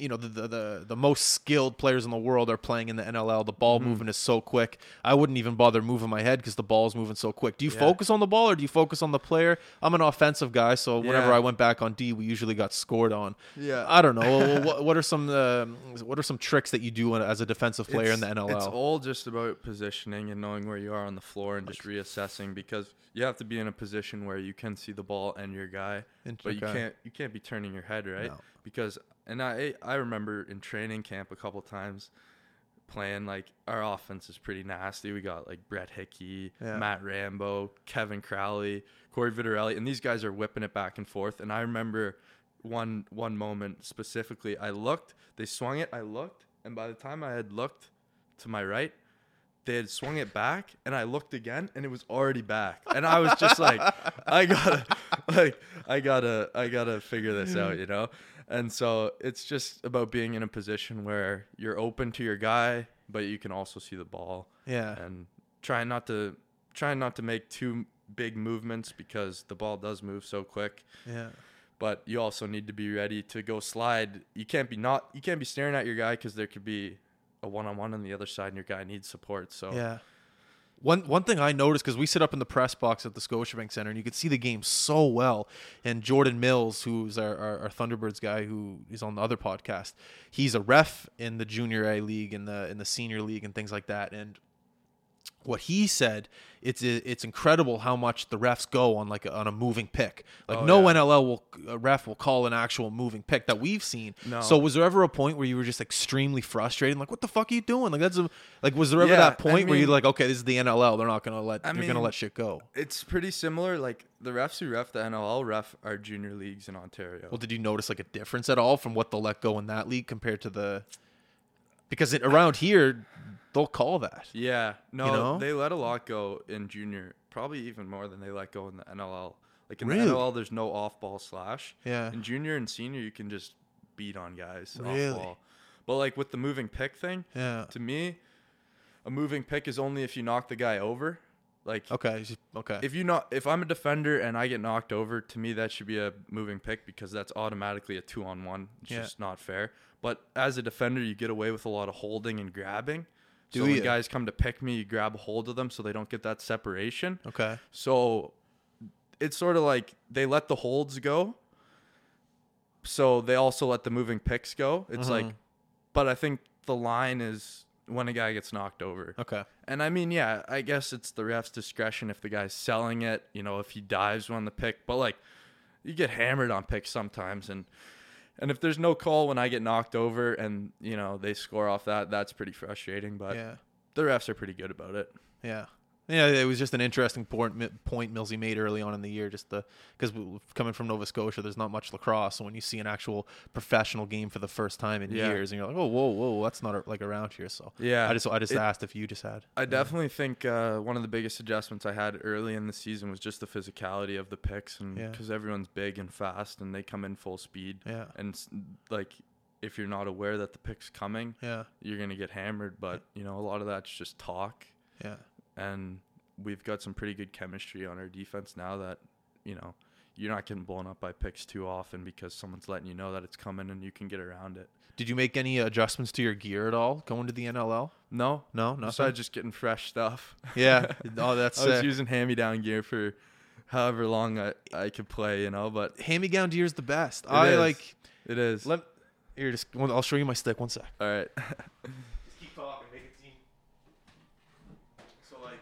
[SPEAKER 1] you know, the, the the the most skilled players in the world are playing in the NLL. The ball
[SPEAKER 2] Mm-hmm.
[SPEAKER 1] movement is so quick. I wouldn't even bother moving my head because the ball's moving so quick. Do you
[SPEAKER 2] Yeah.
[SPEAKER 1] focus on the ball or do you focus on the player? I'm an offensive guy, so whenever
[SPEAKER 2] Yeah.
[SPEAKER 1] I went back on D, we usually got scored on.
[SPEAKER 2] Yeah.
[SPEAKER 1] I don't know. what, what are some um, what are some tricks that you do when- as a defensive player in the
[SPEAKER 2] It's-
[SPEAKER 1] NLL?
[SPEAKER 2] It's all just about positioning and knowing where you are on the floor and just reassessing because you have to be in a position where you can see the ball and your guy,
[SPEAKER 1] And-
[SPEAKER 2] but you
[SPEAKER 1] okay.
[SPEAKER 2] can't you can't be turning your head right
[SPEAKER 1] No.
[SPEAKER 2] because and I I remember in training camp a couple times playing like our offense is pretty nasty. We got like Brett Hickey,
[SPEAKER 1] Yeah.
[SPEAKER 2] Matt Rambo, Kevin Crowley, Corey Vitarelli, and these guys are whipping it back and forth. And I remember one one moment specifically. I looked, they swung it, I looked, and by the time I had looked to my right, they had swung it back and I looked again and it was already back. And I was just like, I gotta like I gotta I gotta figure this out, you know? And so it's just about being in a position where you're open to your guy, but you can also see the ball
[SPEAKER 1] Yeah.
[SPEAKER 2] and try not to try not to make too big movements because the ball does move so quick
[SPEAKER 1] Yeah.
[SPEAKER 2] but you also need to be ready to go slide. You can't be not you can't be staring at your guy because there could be a one on one on the other side and your guy needs support. So
[SPEAKER 1] Yeah. One one thing I noticed because we sit up in the press box at the Scotiabank Center and you could see the game so well. And Jordan Mills, who's our, our, our Thunderbirds guy, who is on the other podcast, he's a ref in the Junior A League and the in the Senior League and things like that. And what he said, it's it's incredible how much the refs go on like a, on a moving pick. Like
[SPEAKER 2] Oh,
[SPEAKER 1] no
[SPEAKER 2] yeah.
[SPEAKER 1] NLL will a ref will call an actual moving pick that we've seen.
[SPEAKER 2] No.
[SPEAKER 1] So was there ever a point where you were just extremely frustrated, and like what the fuck are you doing? Like that's a, like was there ever
[SPEAKER 2] Yeah,
[SPEAKER 1] that
[SPEAKER 2] I
[SPEAKER 1] point where you're
[SPEAKER 2] mean-
[SPEAKER 1] like, okay, this is the NLL, they're not gonna let
[SPEAKER 2] I
[SPEAKER 1] they're gonna
[SPEAKER 2] mean-
[SPEAKER 1] let shit go.
[SPEAKER 2] it's pretty similar. Like the refs who ref the NLL ref are junior leagues in Ontario.
[SPEAKER 1] Well, did you notice like a difference at all from what they'll let go in that league compared to the? Because it, around here, they'll call that.
[SPEAKER 2] yeah, no,
[SPEAKER 1] know?
[SPEAKER 2] they let a lot go in junior, probably even more than they let go in the NLL. Like in
[SPEAKER 1] Really?
[SPEAKER 2] the NLL, there's no off ball slash.
[SPEAKER 1] Yeah.
[SPEAKER 2] In junior and senior, you can just beat on guys.
[SPEAKER 1] Really?
[SPEAKER 2] Off ball. But like with the moving pick thing,
[SPEAKER 1] Yeah.
[SPEAKER 2] to me, a moving pick is only if you knock the guy over. Like
[SPEAKER 1] Okay. he's- Okay.
[SPEAKER 2] if you not if I'm a defender and I get knocked over, to me that should be a moving pick because that's automatically a two on one. It's
[SPEAKER 1] Yeah.
[SPEAKER 2] just not fair. But as a defender, you get away with a lot of holding and grabbing.
[SPEAKER 1] Do
[SPEAKER 2] so when
[SPEAKER 1] ya?
[SPEAKER 2] guys come to pick me, you grab a hold of them so they don't get that separation.
[SPEAKER 1] okay.
[SPEAKER 2] So it's sort of like they let the holds go. So they also let the moving picks go. It's
[SPEAKER 1] Uh-huh.
[SPEAKER 2] like, but I think the line is when a guy gets knocked over.
[SPEAKER 1] Okay.
[SPEAKER 2] And I mean, yeah, I guess it's the ref's discretion if the guy's selling it, you know, if he dives on the pick, but like you get hammered on picks sometimes and and if there's no call when I get knocked over and, you know, they score off that, that's pretty frustrating, but
[SPEAKER 1] Yeah.
[SPEAKER 2] the refs are pretty good about it.
[SPEAKER 1] Yeah. Yeah, it was just an interesting point, point Millsy made early on in the year, just the because coming from Nova Scotia, there's not much lacrosse. So when you see an actual professional game for the first time in
[SPEAKER 2] Yeah.
[SPEAKER 1] years, and you're like, oh, whoa, whoa, that's not like around here. So
[SPEAKER 2] Yeah.
[SPEAKER 1] I just I just
[SPEAKER 2] It-
[SPEAKER 1] asked if you just had.
[SPEAKER 2] I definitely think uh, one of the biggest adjustments I had early in the season was just the physicality of the picks, and
[SPEAKER 1] Yeah.
[SPEAKER 2] because everyone's big and fast and they come in full speed,
[SPEAKER 1] Yeah.
[SPEAKER 2] and s- like if you're not aware that the pick's coming,
[SPEAKER 1] Yeah.
[SPEAKER 2] you're gonna get hammered. But you know, a lot of that's just talk,
[SPEAKER 1] Yeah.
[SPEAKER 2] and we've got some pretty good chemistry on our defense now that you know you're not getting blown up by picks too often because someone's letting you know that it's coming and you can get around it.
[SPEAKER 1] Did you make any adjustments to your gear at all going to the NLL?
[SPEAKER 2] No,
[SPEAKER 1] No, nothing.
[SPEAKER 2] besides just getting fresh stuff.
[SPEAKER 1] yeah. Oh, that's
[SPEAKER 2] I was
[SPEAKER 1] uh,
[SPEAKER 2] using hand-me-down gear for however long I, I could play, you know. But
[SPEAKER 1] hand-me-down gear is the best. I
[SPEAKER 2] is.
[SPEAKER 1] like.
[SPEAKER 2] it is
[SPEAKER 1] Let here, just one- I'll show you my stick. One sec.
[SPEAKER 2] all right.
[SPEAKER 1] keep talking, make a team. So like,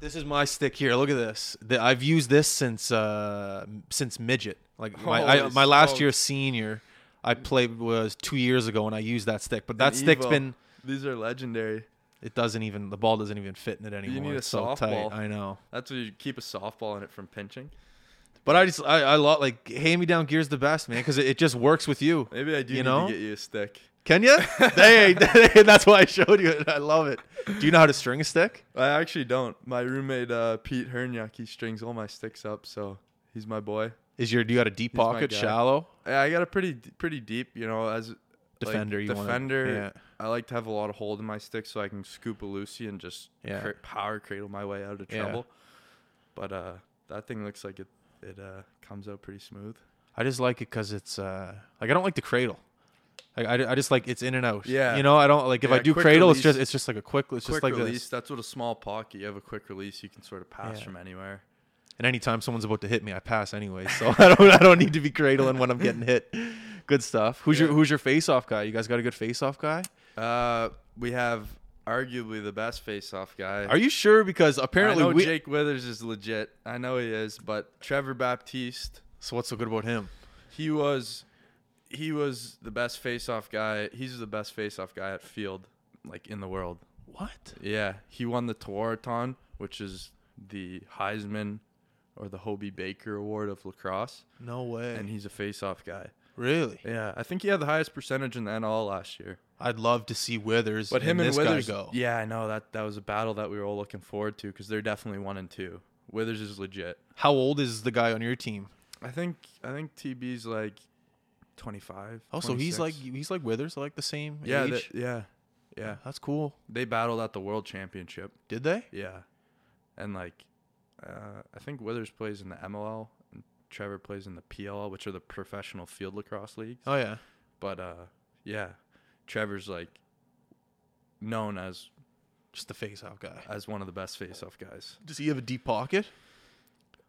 [SPEAKER 1] this is my stick here. Look at this. The, I've used this since uh since midget. Like my I,
[SPEAKER 2] Holy
[SPEAKER 1] my last
[SPEAKER 2] smokes.
[SPEAKER 1] year senior, I played was two years ago, and I used that stick. But that
[SPEAKER 2] An
[SPEAKER 1] stick's
[SPEAKER 2] Evo.
[SPEAKER 1] been
[SPEAKER 2] These are legendary.
[SPEAKER 1] it doesn't even the ball doesn't even fit in it anymore.
[SPEAKER 2] need a
[SPEAKER 1] it's so tight.
[SPEAKER 2] softball.
[SPEAKER 1] I know.
[SPEAKER 2] That's where you keep a softball in it from pinching.
[SPEAKER 1] But I just I, I love like hand me down gear's the best man because it, it just works with you.
[SPEAKER 2] Maybe I do
[SPEAKER 1] You
[SPEAKER 2] need
[SPEAKER 1] know?
[SPEAKER 2] to get you a stick.
[SPEAKER 1] Can you? hey, that's why I showed you it. I love it. Do you know how to string a stick?
[SPEAKER 2] I actually don't. My roommate uh, Pete Herniak, he strings all my sticks up, so he's my boy.
[SPEAKER 1] Is your do you got a deep
[SPEAKER 2] He's my
[SPEAKER 1] pocket
[SPEAKER 2] guy.
[SPEAKER 1] shallow?
[SPEAKER 2] Yeah, I got a pretty d- pretty deep, you know, as like,
[SPEAKER 1] Defender, you wanna-
[SPEAKER 2] defender.
[SPEAKER 1] yeah.
[SPEAKER 2] I like to have a lot of hold in my stick so I can scoop a Lucy and just
[SPEAKER 1] Yeah.
[SPEAKER 2] cr- power cradle my way out of
[SPEAKER 1] Yeah.
[SPEAKER 2] trouble. But uh, that thing looks like it it uh, comes out pretty smooth.
[SPEAKER 1] I just like it because it's uh, like I don't like the cradle. Like I, I just like it's in and out.
[SPEAKER 2] Yeah.
[SPEAKER 1] you know I don't like if I
[SPEAKER 2] Yeah,
[SPEAKER 1] do
[SPEAKER 2] quick
[SPEAKER 1] cradle, it's
[SPEAKER 2] release.
[SPEAKER 1] just it's just like a quick, it's
[SPEAKER 2] quick
[SPEAKER 1] just like
[SPEAKER 2] release.
[SPEAKER 1] this.
[SPEAKER 2] That's what a small pocket. You have a quick release. You can sort of pass
[SPEAKER 1] Yeah.
[SPEAKER 2] from anywhere.
[SPEAKER 1] And anytime someone's about to hit me, I pass anyway. So I don't I don't need to be cradling when I'm getting hit. Good stuff. Who's your
[SPEAKER 2] Yeah.
[SPEAKER 1] Who's your face off guy? You guys got a good face off guy?
[SPEAKER 2] Uh, we have arguably the best face-off guy.
[SPEAKER 1] Are you sure? Because apparently
[SPEAKER 2] I know
[SPEAKER 1] we.
[SPEAKER 2] Jake Withers is legit. I know he is, but Trevor Baptiste,
[SPEAKER 1] so what's so good about him?
[SPEAKER 2] he was he was the best face-off guy. He's the best face-off guy at field like in the world.
[SPEAKER 1] What?
[SPEAKER 2] Yeah, he won the Toaraton, which is the Heisman or the Hobie Baker Award of lacrosse,
[SPEAKER 1] No way.
[SPEAKER 2] and he's a face-off guy.
[SPEAKER 1] really?
[SPEAKER 2] Yeah, I think he had the highest percentage in the NL last year.
[SPEAKER 1] I'd love to see Withers.
[SPEAKER 2] But him and,
[SPEAKER 1] this
[SPEAKER 2] Withers,
[SPEAKER 1] guy go.
[SPEAKER 2] yeah, I know that that was a battle that we were all looking forward to because they're definitely one and two. Withers is legit.
[SPEAKER 1] How old is the guy on your team?
[SPEAKER 2] I think I think TB's like 25.
[SPEAKER 1] Oh, so he's like
[SPEAKER 2] 26.
[SPEAKER 1] he's like Withers, like the same
[SPEAKER 2] yeah,
[SPEAKER 1] age.
[SPEAKER 2] they- yeah, yeah.
[SPEAKER 1] That's cool.
[SPEAKER 2] They battled at the World Championship.
[SPEAKER 1] Did they?
[SPEAKER 2] Yeah, and like, uh, I think Withers plays in the MLL and Trevor plays in the PLL, which are the professional field lacrosse leagues.
[SPEAKER 1] Oh yeah.
[SPEAKER 2] But uh, yeah, Trevor's like known as
[SPEAKER 1] Just the face off guy.
[SPEAKER 2] as one of the best face-off guys.
[SPEAKER 1] Does he have a deep pocket?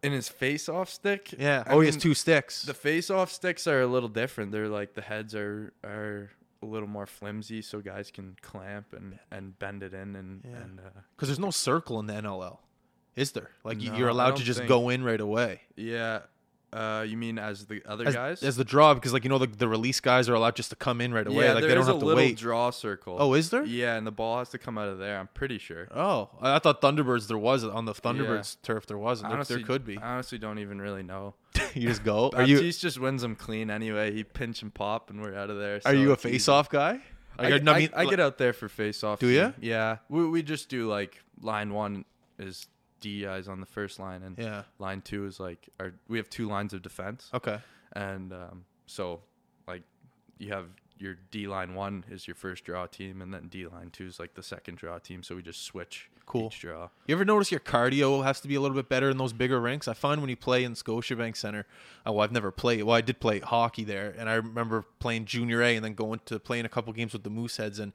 [SPEAKER 2] In his face-off stick,
[SPEAKER 1] Yeah.
[SPEAKER 2] I
[SPEAKER 1] oh, he has
[SPEAKER 2] mean,
[SPEAKER 1] two sticks.
[SPEAKER 2] The face-off sticks are a little different. They're like the heads are are a little more flimsy, so guys can clamp and and bend it in and
[SPEAKER 1] Yeah.
[SPEAKER 2] and uh,
[SPEAKER 1] Because there's no circle in the NLL, is there? Like y
[SPEAKER 2] No,
[SPEAKER 1] you're
[SPEAKER 2] I
[SPEAKER 1] allowed to
[SPEAKER 2] don't
[SPEAKER 1] just
[SPEAKER 2] think-
[SPEAKER 1] go in right away
[SPEAKER 2] yeah. Uh, you mean as the other
[SPEAKER 1] as,
[SPEAKER 2] guys?
[SPEAKER 1] as the draw because like you know the, the release guys are allowed just to come in right away.
[SPEAKER 2] yeah,
[SPEAKER 1] like they
[SPEAKER 2] there
[SPEAKER 1] don't
[SPEAKER 2] is a
[SPEAKER 1] have to
[SPEAKER 2] little
[SPEAKER 1] wait.
[SPEAKER 2] draw circle.
[SPEAKER 1] oh, is there?
[SPEAKER 2] yeah, and the ball has to come out of there. I'm pretty sure.
[SPEAKER 1] Oh, I I thought Thunderbirds there was on the Thunderbirds turf there wasn't. There, there
[SPEAKER 2] Honestly-
[SPEAKER 1] could be.
[SPEAKER 2] I honestly don't even really know.
[SPEAKER 1] you just go. Are you
[SPEAKER 2] Baptiste just wins them clean anyway. He pinch and pop, and we're out of there.
[SPEAKER 1] are
[SPEAKER 2] so
[SPEAKER 1] you a
[SPEAKER 2] it's easy.
[SPEAKER 1] face off guy?
[SPEAKER 2] I,
[SPEAKER 1] Like,
[SPEAKER 2] I,
[SPEAKER 1] no, mean,
[SPEAKER 2] I get out there for face off.
[SPEAKER 1] Do ya?
[SPEAKER 2] Yeah. We, we just do like line one is D guys on the first line, and
[SPEAKER 1] Yeah.
[SPEAKER 2] line two is like our we have two lines of defense,
[SPEAKER 1] Okay.
[SPEAKER 2] and um, so like you have your D line one is your first draw team, and then D line two is like the second draw team. So we just switch
[SPEAKER 1] Cool.
[SPEAKER 2] each draw.
[SPEAKER 1] You ever notice your cardio has to be a little bit better in those bigger rinks? I find when you play in Scotiabank Center, oh, well, I've never played. Well, I did play hockey there, and I remember playing junior A and then going to playing a couple games with the Mooseheads, and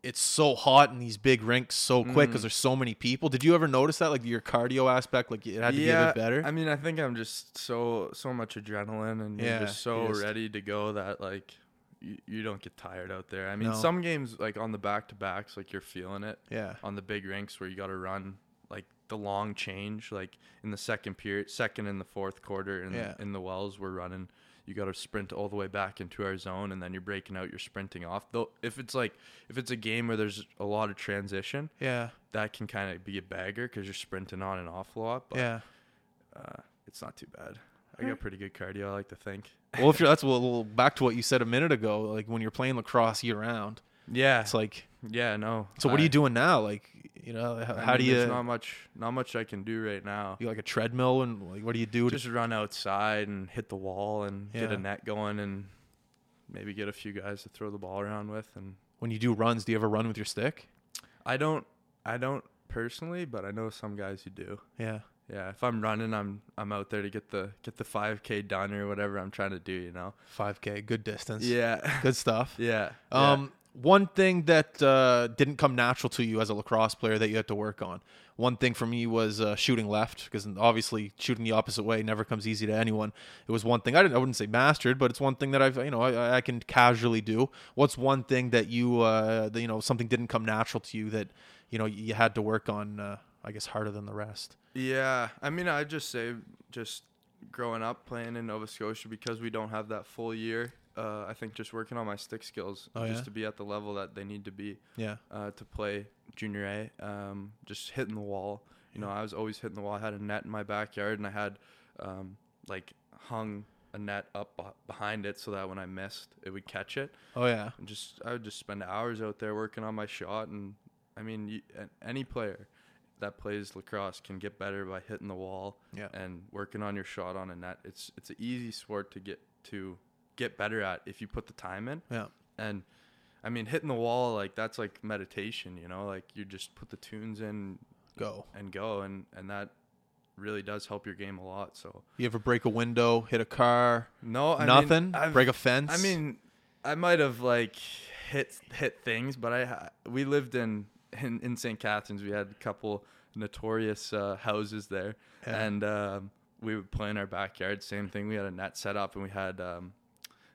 [SPEAKER 1] it's so hot in these big rinks so quick
[SPEAKER 2] Mm.
[SPEAKER 1] because there's so many people. Did you ever notice that, like your cardio aspect, like it had to be a bit better?
[SPEAKER 2] I mean, I think I'm just so so much adrenaline and
[SPEAKER 1] Yeah,
[SPEAKER 2] you're just so
[SPEAKER 1] you just-
[SPEAKER 2] ready to go that like you, you don't get tired out there. I mean,
[SPEAKER 1] No.
[SPEAKER 2] some games like on the back to backs, like you're feeling it.
[SPEAKER 1] yeah,
[SPEAKER 2] On the big rinks where you got to run like the long change, like in the second period, second and the fourth quarter, and
[SPEAKER 1] Yeah.
[SPEAKER 2] in the wells we're running. You got to sprint all the way back into our zone, and then you're breaking out. You're sprinting off. Though, if it's like if it's a game where there's a lot of transition,
[SPEAKER 1] yeah,
[SPEAKER 2] that can kind of be a bagger because you're sprinting on and off a lot. But
[SPEAKER 1] yeah.
[SPEAKER 2] uh, it's not too bad. I got pretty good cardio, I like to think.
[SPEAKER 1] Well, if you're that's a little back to what you said a minute ago, like when you're playing lacrosse year round,
[SPEAKER 2] Yeah.
[SPEAKER 1] it's like.
[SPEAKER 2] yeah, no.
[SPEAKER 1] So what are you doing now? Like, you know, how,
[SPEAKER 2] I
[SPEAKER 1] how
[SPEAKER 2] mean,
[SPEAKER 1] do you?
[SPEAKER 2] There's not much, not much I can do right now.
[SPEAKER 1] you like a treadmill and like what do you do to
[SPEAKER 2] Just run outside and hit the wall and get
[SPEAKER 1] Yeah.
[SPEAKER 2] a net going and maybe get a few guys to throw the ball around with. And
[SPEAKER 1] when you do runs, do you ever run with your stick?
[SPEAKER 2] I don't, I don't personally, but I know some guys who do.
[SPEAKER 1] Yeah.
[SPEAKER 2] Yeah, if I'm running, I'm I'm out there to get the get the 5K done or whatever I'm trying to do. You know.
[SPEAKER 1] 5K, good distance.
[SPEAKER 2] Yeah.
[SPEAKER 1] Good stuff.
[SPEAKER 2] yeah. yeah.
[SPEAKER 1] Um, One thing that uh, didn't come natural to you as a lacrosse player that you had to work on. One thing for me was uh, shooting left because obviously shooting the opposite way never comes easy to anyone. It was one thing I didn't. I wouldn't say mastered, but it's one thing that I've you know I, I can casually do. What's one thing that you uh, that, you know something didn't come natural to you that you know you had to work on? Uh, I guess harder than the rest.
[SPEAKER 2] Yeah, I mean, I just say just growing up playing in Nova Scotia because we don't have that full year. Uh, I think just working on my stick skills,
[SPEAKER 1] Oh,
[SPEAKER 2] just
[SPEAKER 1] yeah?
[SPEAKER 2] to be at the level that they need to be
[SPEAKER 1] Yeah.
[SPEAKER 2] uh, to play junior A. Um, just hitting the wall. You know, I was always hitting the wall. I had a net in my backyard, and I had um, like hung a net up beh- behind it so that when I missed, it would catch it.
[SPEAKER 1] Oh yeah.
[SPEAKER 2] And just I would just spend hours out there working on my shot, and I mean, you, a- any player that plays lacrosse can get better by hitting the wall
[SPEAKER 1] Yeah.
[SPEAKER 2] and working on your shot on a net. It's it's an easy sport to get to get better at if you put the time in.
[SPEAKER 1] Yeah.
[SPEAKER 2] And I mean, hitting the wall like that's like meditation, you know, like you just put the tunes in
[SPEAKER 1] Go.
[SPEAKER 2] and go, and and that really does help your game a lot. So
[SPEAKER 1] You ever break a window, hit a car,
[SPEAKER 2] no, I mean,
[SPEAKER 1] nothing?
[SPEAKER 2] I've-
[SPEAKER 1] break a fence?
[SPEAKER 2] I mean, I might have like hit hit things, but I ha- we lived in in, in St. Catharines. We had a couple notorious uh, houses there,
[SPEAKER 1] Yeah.
[SPEAKER 2] and um, we would play in our backyard. Same thing. We had a net set up, and we had um,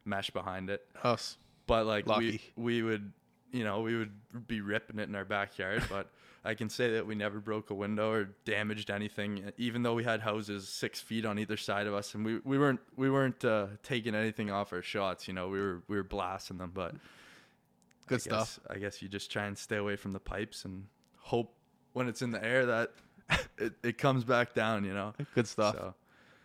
[SPEAKER 2] mesh behind it.
[SPEAKER 1] us.
[SPEAKER 2] But like
[SPEAKER 1] Lucky.
[SPEAKER 2] we we would you know we would be ripping it in our backyard, but. I can say that we never broke a window or damaged anything, even though we had houses six feet on either side of us, and we, we weren't we weren't uh, taking anything off our shots. You know, we were we were blasting them, but
[SPEAKER 1] Good
[SPEAKER 2] I
[SPEAKER 1] stuff.
[SPEAKER 2] guess, I guess you just try and stay away from the pipes and hope when it's in the air that it, it comes back down. You know,
[SPEAKER 1] Good stuff.
[SPEAKER 2] so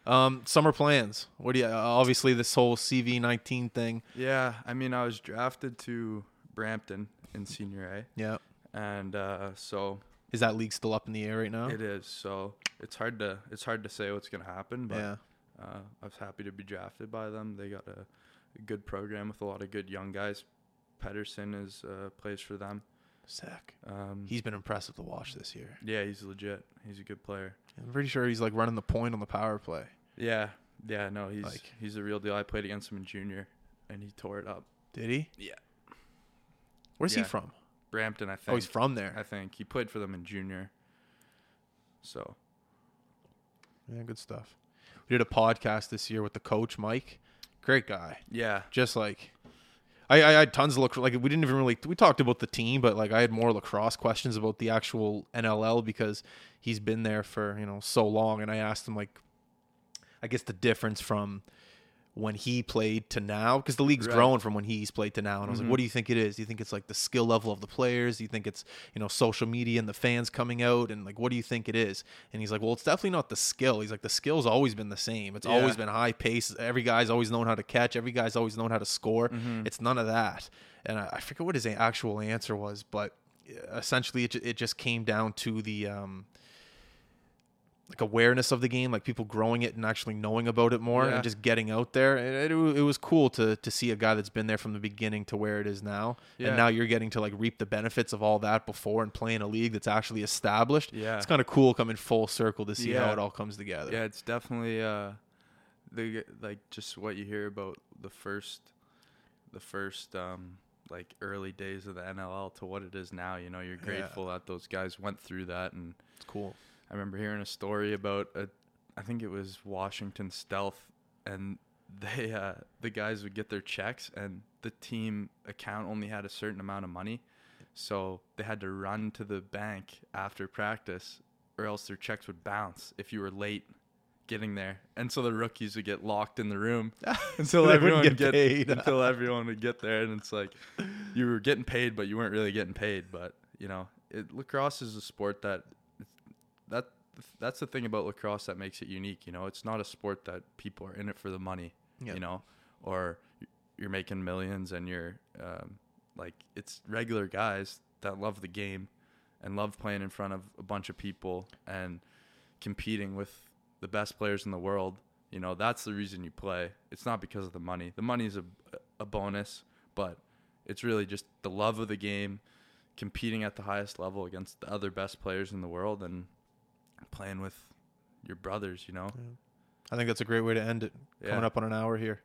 [SPEAKER 1] Um, summer plans. What do you? uh, Obviously, this whole CV nineteen thing.
[SPEAKER 2] yeah, I mean, I was drafted to Brampton in senior
[SPEAKER 1] Yeah.
[SPEAKER 2] A, and uh, so
[SPEAKER 1] Is that league still up in the air right now?
[SPEAKER 2] it is. So it's hard to it's hard to say what's gonna happen, but.
[SPEAKER 1] yeah.
[SPEAKER 2] Uh, I was happy to be drafted by them. They got a, a good program with a lot of good young guys. Pedersen is uh, plays for them.
[SPEAKER 1] Sick.
[SPEAKER 2] Um,
[SPEAKER 1] He's been impressive to watch this year.
[SPEAKER 2] yeah, he's legit. He's a good player.
[SPEAKER 1] I'm pretty sure he's like running the point on the power play.
[SPEAKER 2] Yeah, yeah, no, he's
[SPEAKER 1] Like-
[SPEAKER 2] he's the real deal. I played against him in junior, and he tore it up.
[SPEAKER 1] Did he?
[SPEAKER 2] Yeah.
[SPEAKER 1] Where's
[SPEAKER 2] Yeah.
[SPEAKER 1] he from?
[SPEAKER 2] Brampton, I think.
[SPEAKER 1] Oh, he's from there.
[SPEAKER 2] I think he played for them in junior. So
[SPEAKER 1] Yeah, good stuff. We did a podcast this year with the coach Mike. Great guy.
[SPEAKER 2] yeah,
[SPEAKER 1] Just like. I, I had tons of lacrosse. Like we didn't even really we talked about the team, but like I had more lacrosse questions about the actual NLL because he's been there for you know so long. And I asked him like I guess the difference from when he played to now, because the league's
[SPEAKER 2] Right. Mm-hmm.
[SPEAKER 1] grown from when he's played to now. And I was like, what do you think it is? Do you think it's like the skill level of the players? Do you think it's, you know, social media and the fans coming out? And like, what do you think it is? And he's like, well, it's definitely not the skill. He's like, the skill's always been the same. It's always
[SPEAKER 2] Yeah.
[SPEAKER 1] been high pace. Every guy's always known how to catch. Every guy's always known how to score.
[SPEAKER 2] Mm-hmm.
[SPEAKER 1] It's none of that. And I, I forget what his a- actual answer uh, was, but essentially it, ju- it just came down to the, um, like awareness of the game, like people growing it and actually knowing about it more
[SPEAKER 2] Yeah.
[SPEAKER 1] and just getting out there. It, it, wa- it was cool to to see a guy that's been there from the beginning to where it is now,
[SPEAKER 2] Yeah.
[SPEAKER 1] and now you're getting to like reap the benefits of all that before and playing a league that's actually established.
[SPEAKER 2] Yeah.
[SPEAKER 1] it's kind of cool coming full circle to see how
[SPEAKER 2] Yeah.
[SPEAKER 1] it all comes together.
[SPEAKER 2] Yeah, it's definitely uh, the like just what you hear about the first, the first um like early days of the NLL to what it is now. You know, you're grateful that those guys went through that, and
[SPEAKER 1] It's cool.
[SPEAKER 2] I remember hearing a story about a, I think it was Washington Stealth, and they uh, the guys would get their checks, and the team account only had a certain amount of money, so they had to run to the bank after practice, or else their checks would bounce if you were late getting there, and so the rookies would get locked in the room until
[SPEAKER 1] They
[SPEAKER 2] everyone
[SPEAKER 1] wouldn't get
[SPEAKER 2] would get,
[SPEAKER 1] paid.
[SPEAKER 2] until everyone would get there, and it's like you were getting paid, but you weren't really getting paid, but you know. It, lacrosse is a sport that that that's the thing about lacrosse that makes it unique. You know, it's not a sport that people are in it for the money.
[SPEAKER 1] Yeah.
[SPEAKER 2] You know, or you're making millions and you're um, like it's regular guys that love the game and love playing in front of a bunch of people and competing with the best players in the world. You know, that's the reason you play. It's not because of the money. The money is a a bonus, but it's really just the love of the game, competing at the highest level against the other best players in the world, and playing with your brothers, you know?
[SPEAKER 1] I think that's a great way to end it. Coming
[SPEAKER 2] Yeah.
[SPEAKER 1] up on an hour here.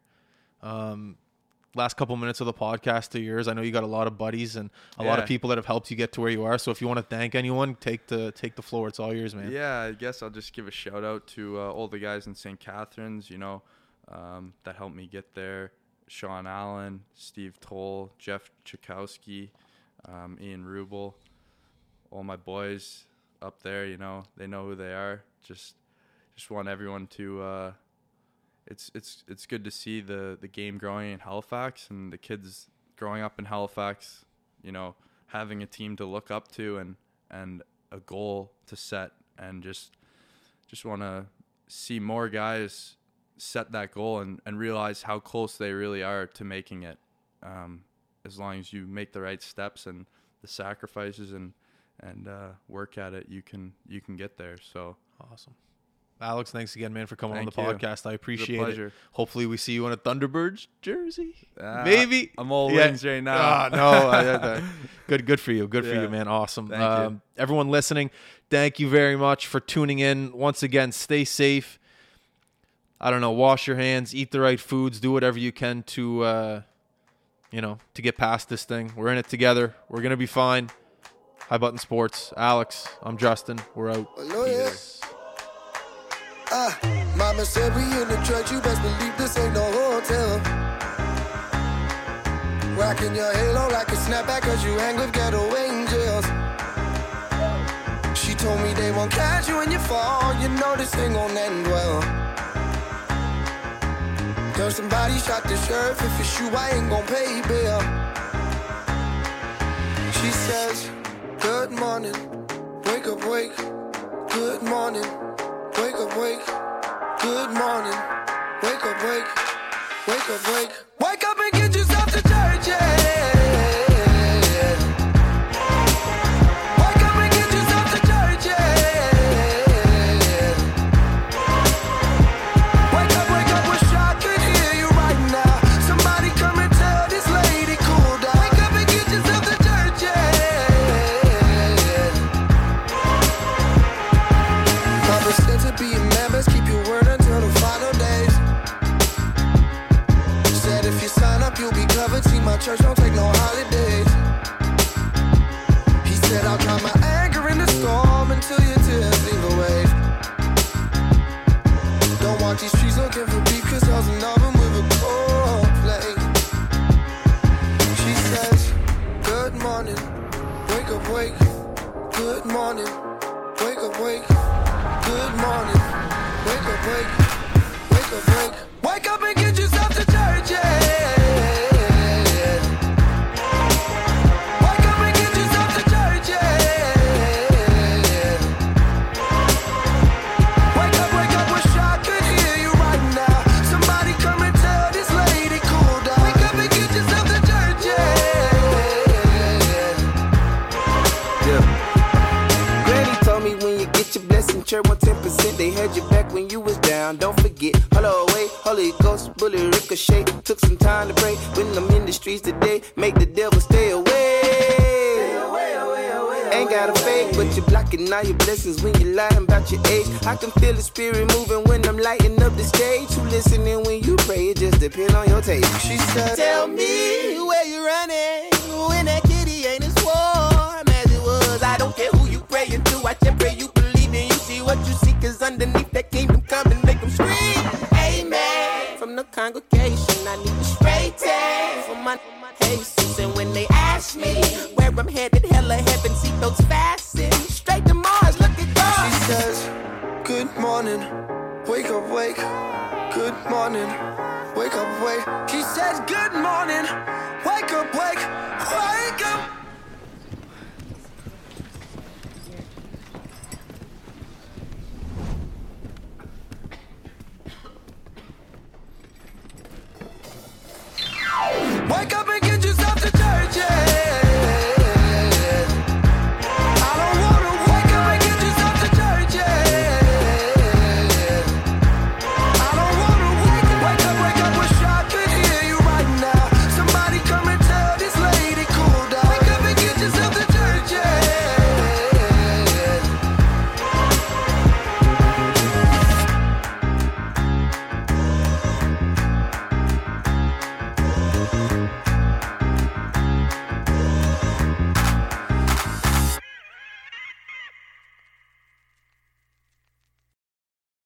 [SPEAKER 1] Um, last couple minutes of the podcast to yours. I know you got a lot of buddies and a lot of
[SPEAKER 2] Yeah.
[SPEAKER 1] people that have helped you get to where you are. So if you want to thank anyone, take the take the floor. It's all yours, man.
[SPEAKER 2] Yeah, I guess I'll just give a shout out to uh, all the guys in St. Catharines, you know, um, that helped me get there. Sean Allen, Steve Toll, Jeff Chakowski, um, Ian Rubel, all my boys up there, you know, they know who they are. Just just want everyone to uh, it's it's it's good to see the the game growing in Halifax and the kids growing up in Halifax, you know, having a team to look up to and and a goal to set and just just want to see more guys set that goal and, and realize how close they really are to making it um, as long as you make the right steps and the sacrifices and and uh, work at it you can you can get there so
[SPEAKER 1] Awesome. Alex, thanks again, man, for coming
[SPEAKER 2] Thank
[SPEAKER 1] on the
[SPEAKER 2] you.
[SPEAKER 1] podcast. I
[SPEAKER 2] it's a
[SPEAKER 1] appreciate it.
[SPEAKER 2] pleasure.
[SPEAKER 1] Hopefully, we see you in a Thunderbirds jersey.
[SPEAKER 2] Ah,
[SPEAKER 1] Maybe
[SPEAKER 2] I'm all
[SPEAKER 1] Yeah.
[SPEAKER 2] wings right now.
[SPEAKER 1] Ah, no, I- I- I- good, good for you, good for
[SPEAKER 2] Yeah.
[SPEAKER 1] you, man. Awesome.
[SPEAKER 2] Thank you.
[SPEAKER 1] um, Everyone listening, thank you very much for tuning in. Once again, stay safe. I don't know. Wash your hands, eat the right foods, do whatever you can to, uh, you know, to get past this thing. We're in it together. We're gonna be fine. High button sports. Alex, I'm Justin. We're out.
[SPEAKER 3] I know it. Ah, mama said we in the trench. You best believe this ain't no hotel. Rocking your halo like a snapback, cause you hang with ghetto angels. She told me they won't catch you when you fall. You know this thing gon' end well. Girl, somebody shot the sheriff. If it's you, I ain't gon' pay bail. She says, Good morning. Wake up, wake. Good morning. Wake up, wake. Good morning. Wake up, wake. Wake up, wake. Wake up and get yourself to church. Yeah. Wake up and get yourself to church. Yeah. Wake up, wake up, wish I could hear you right now. Somebody come and tell this lady cool down. Wake up and get yourself to church, yeah. Papa said to be a man, best keep your word until the final days. Said if you sign up, you'll be covered. See, my church don't take no holidays. He said, I'll try my anger in the storm until your tears leave a wave. Don't walk these streets looking for beef Cause I was in love with a cold Oh, play She says, good morning Wake up, wake Good morning Wake up, wake Good morning Wake up, wake Wake up, wake Wake up and get yourself to church, yeah
[SPEAKER 4] took some time to break. When I'm in the streets today, make the devil stay away. Ain't got a fake, but you're blocking all your blessings when you're lying about your age. I can feel the spirit moving when I'm lighting up the stage. You listening when you pray, it just depend on your taste.
[SPEAKER 3] She said,
[SPEAKER 4] Tell me where you running when that kitty ain't as warm as it was. I don't care who you praying to, I just pray you believe and you see what you see. Cause underneath that kingdom come and make them scream. Amen. From the congregation, I need a straight tag for my Jesus. And when they ask me where I'm headed, hella heaven, seatbelts fastened. Straight to Mars, look at
[SPEAKER 3] She
[SPEAKER 4] God.
[SPEAKER 3] says, Good morning, wake up, wake. Good morning, wake up, wake. She says, Good morning, wake up, wake.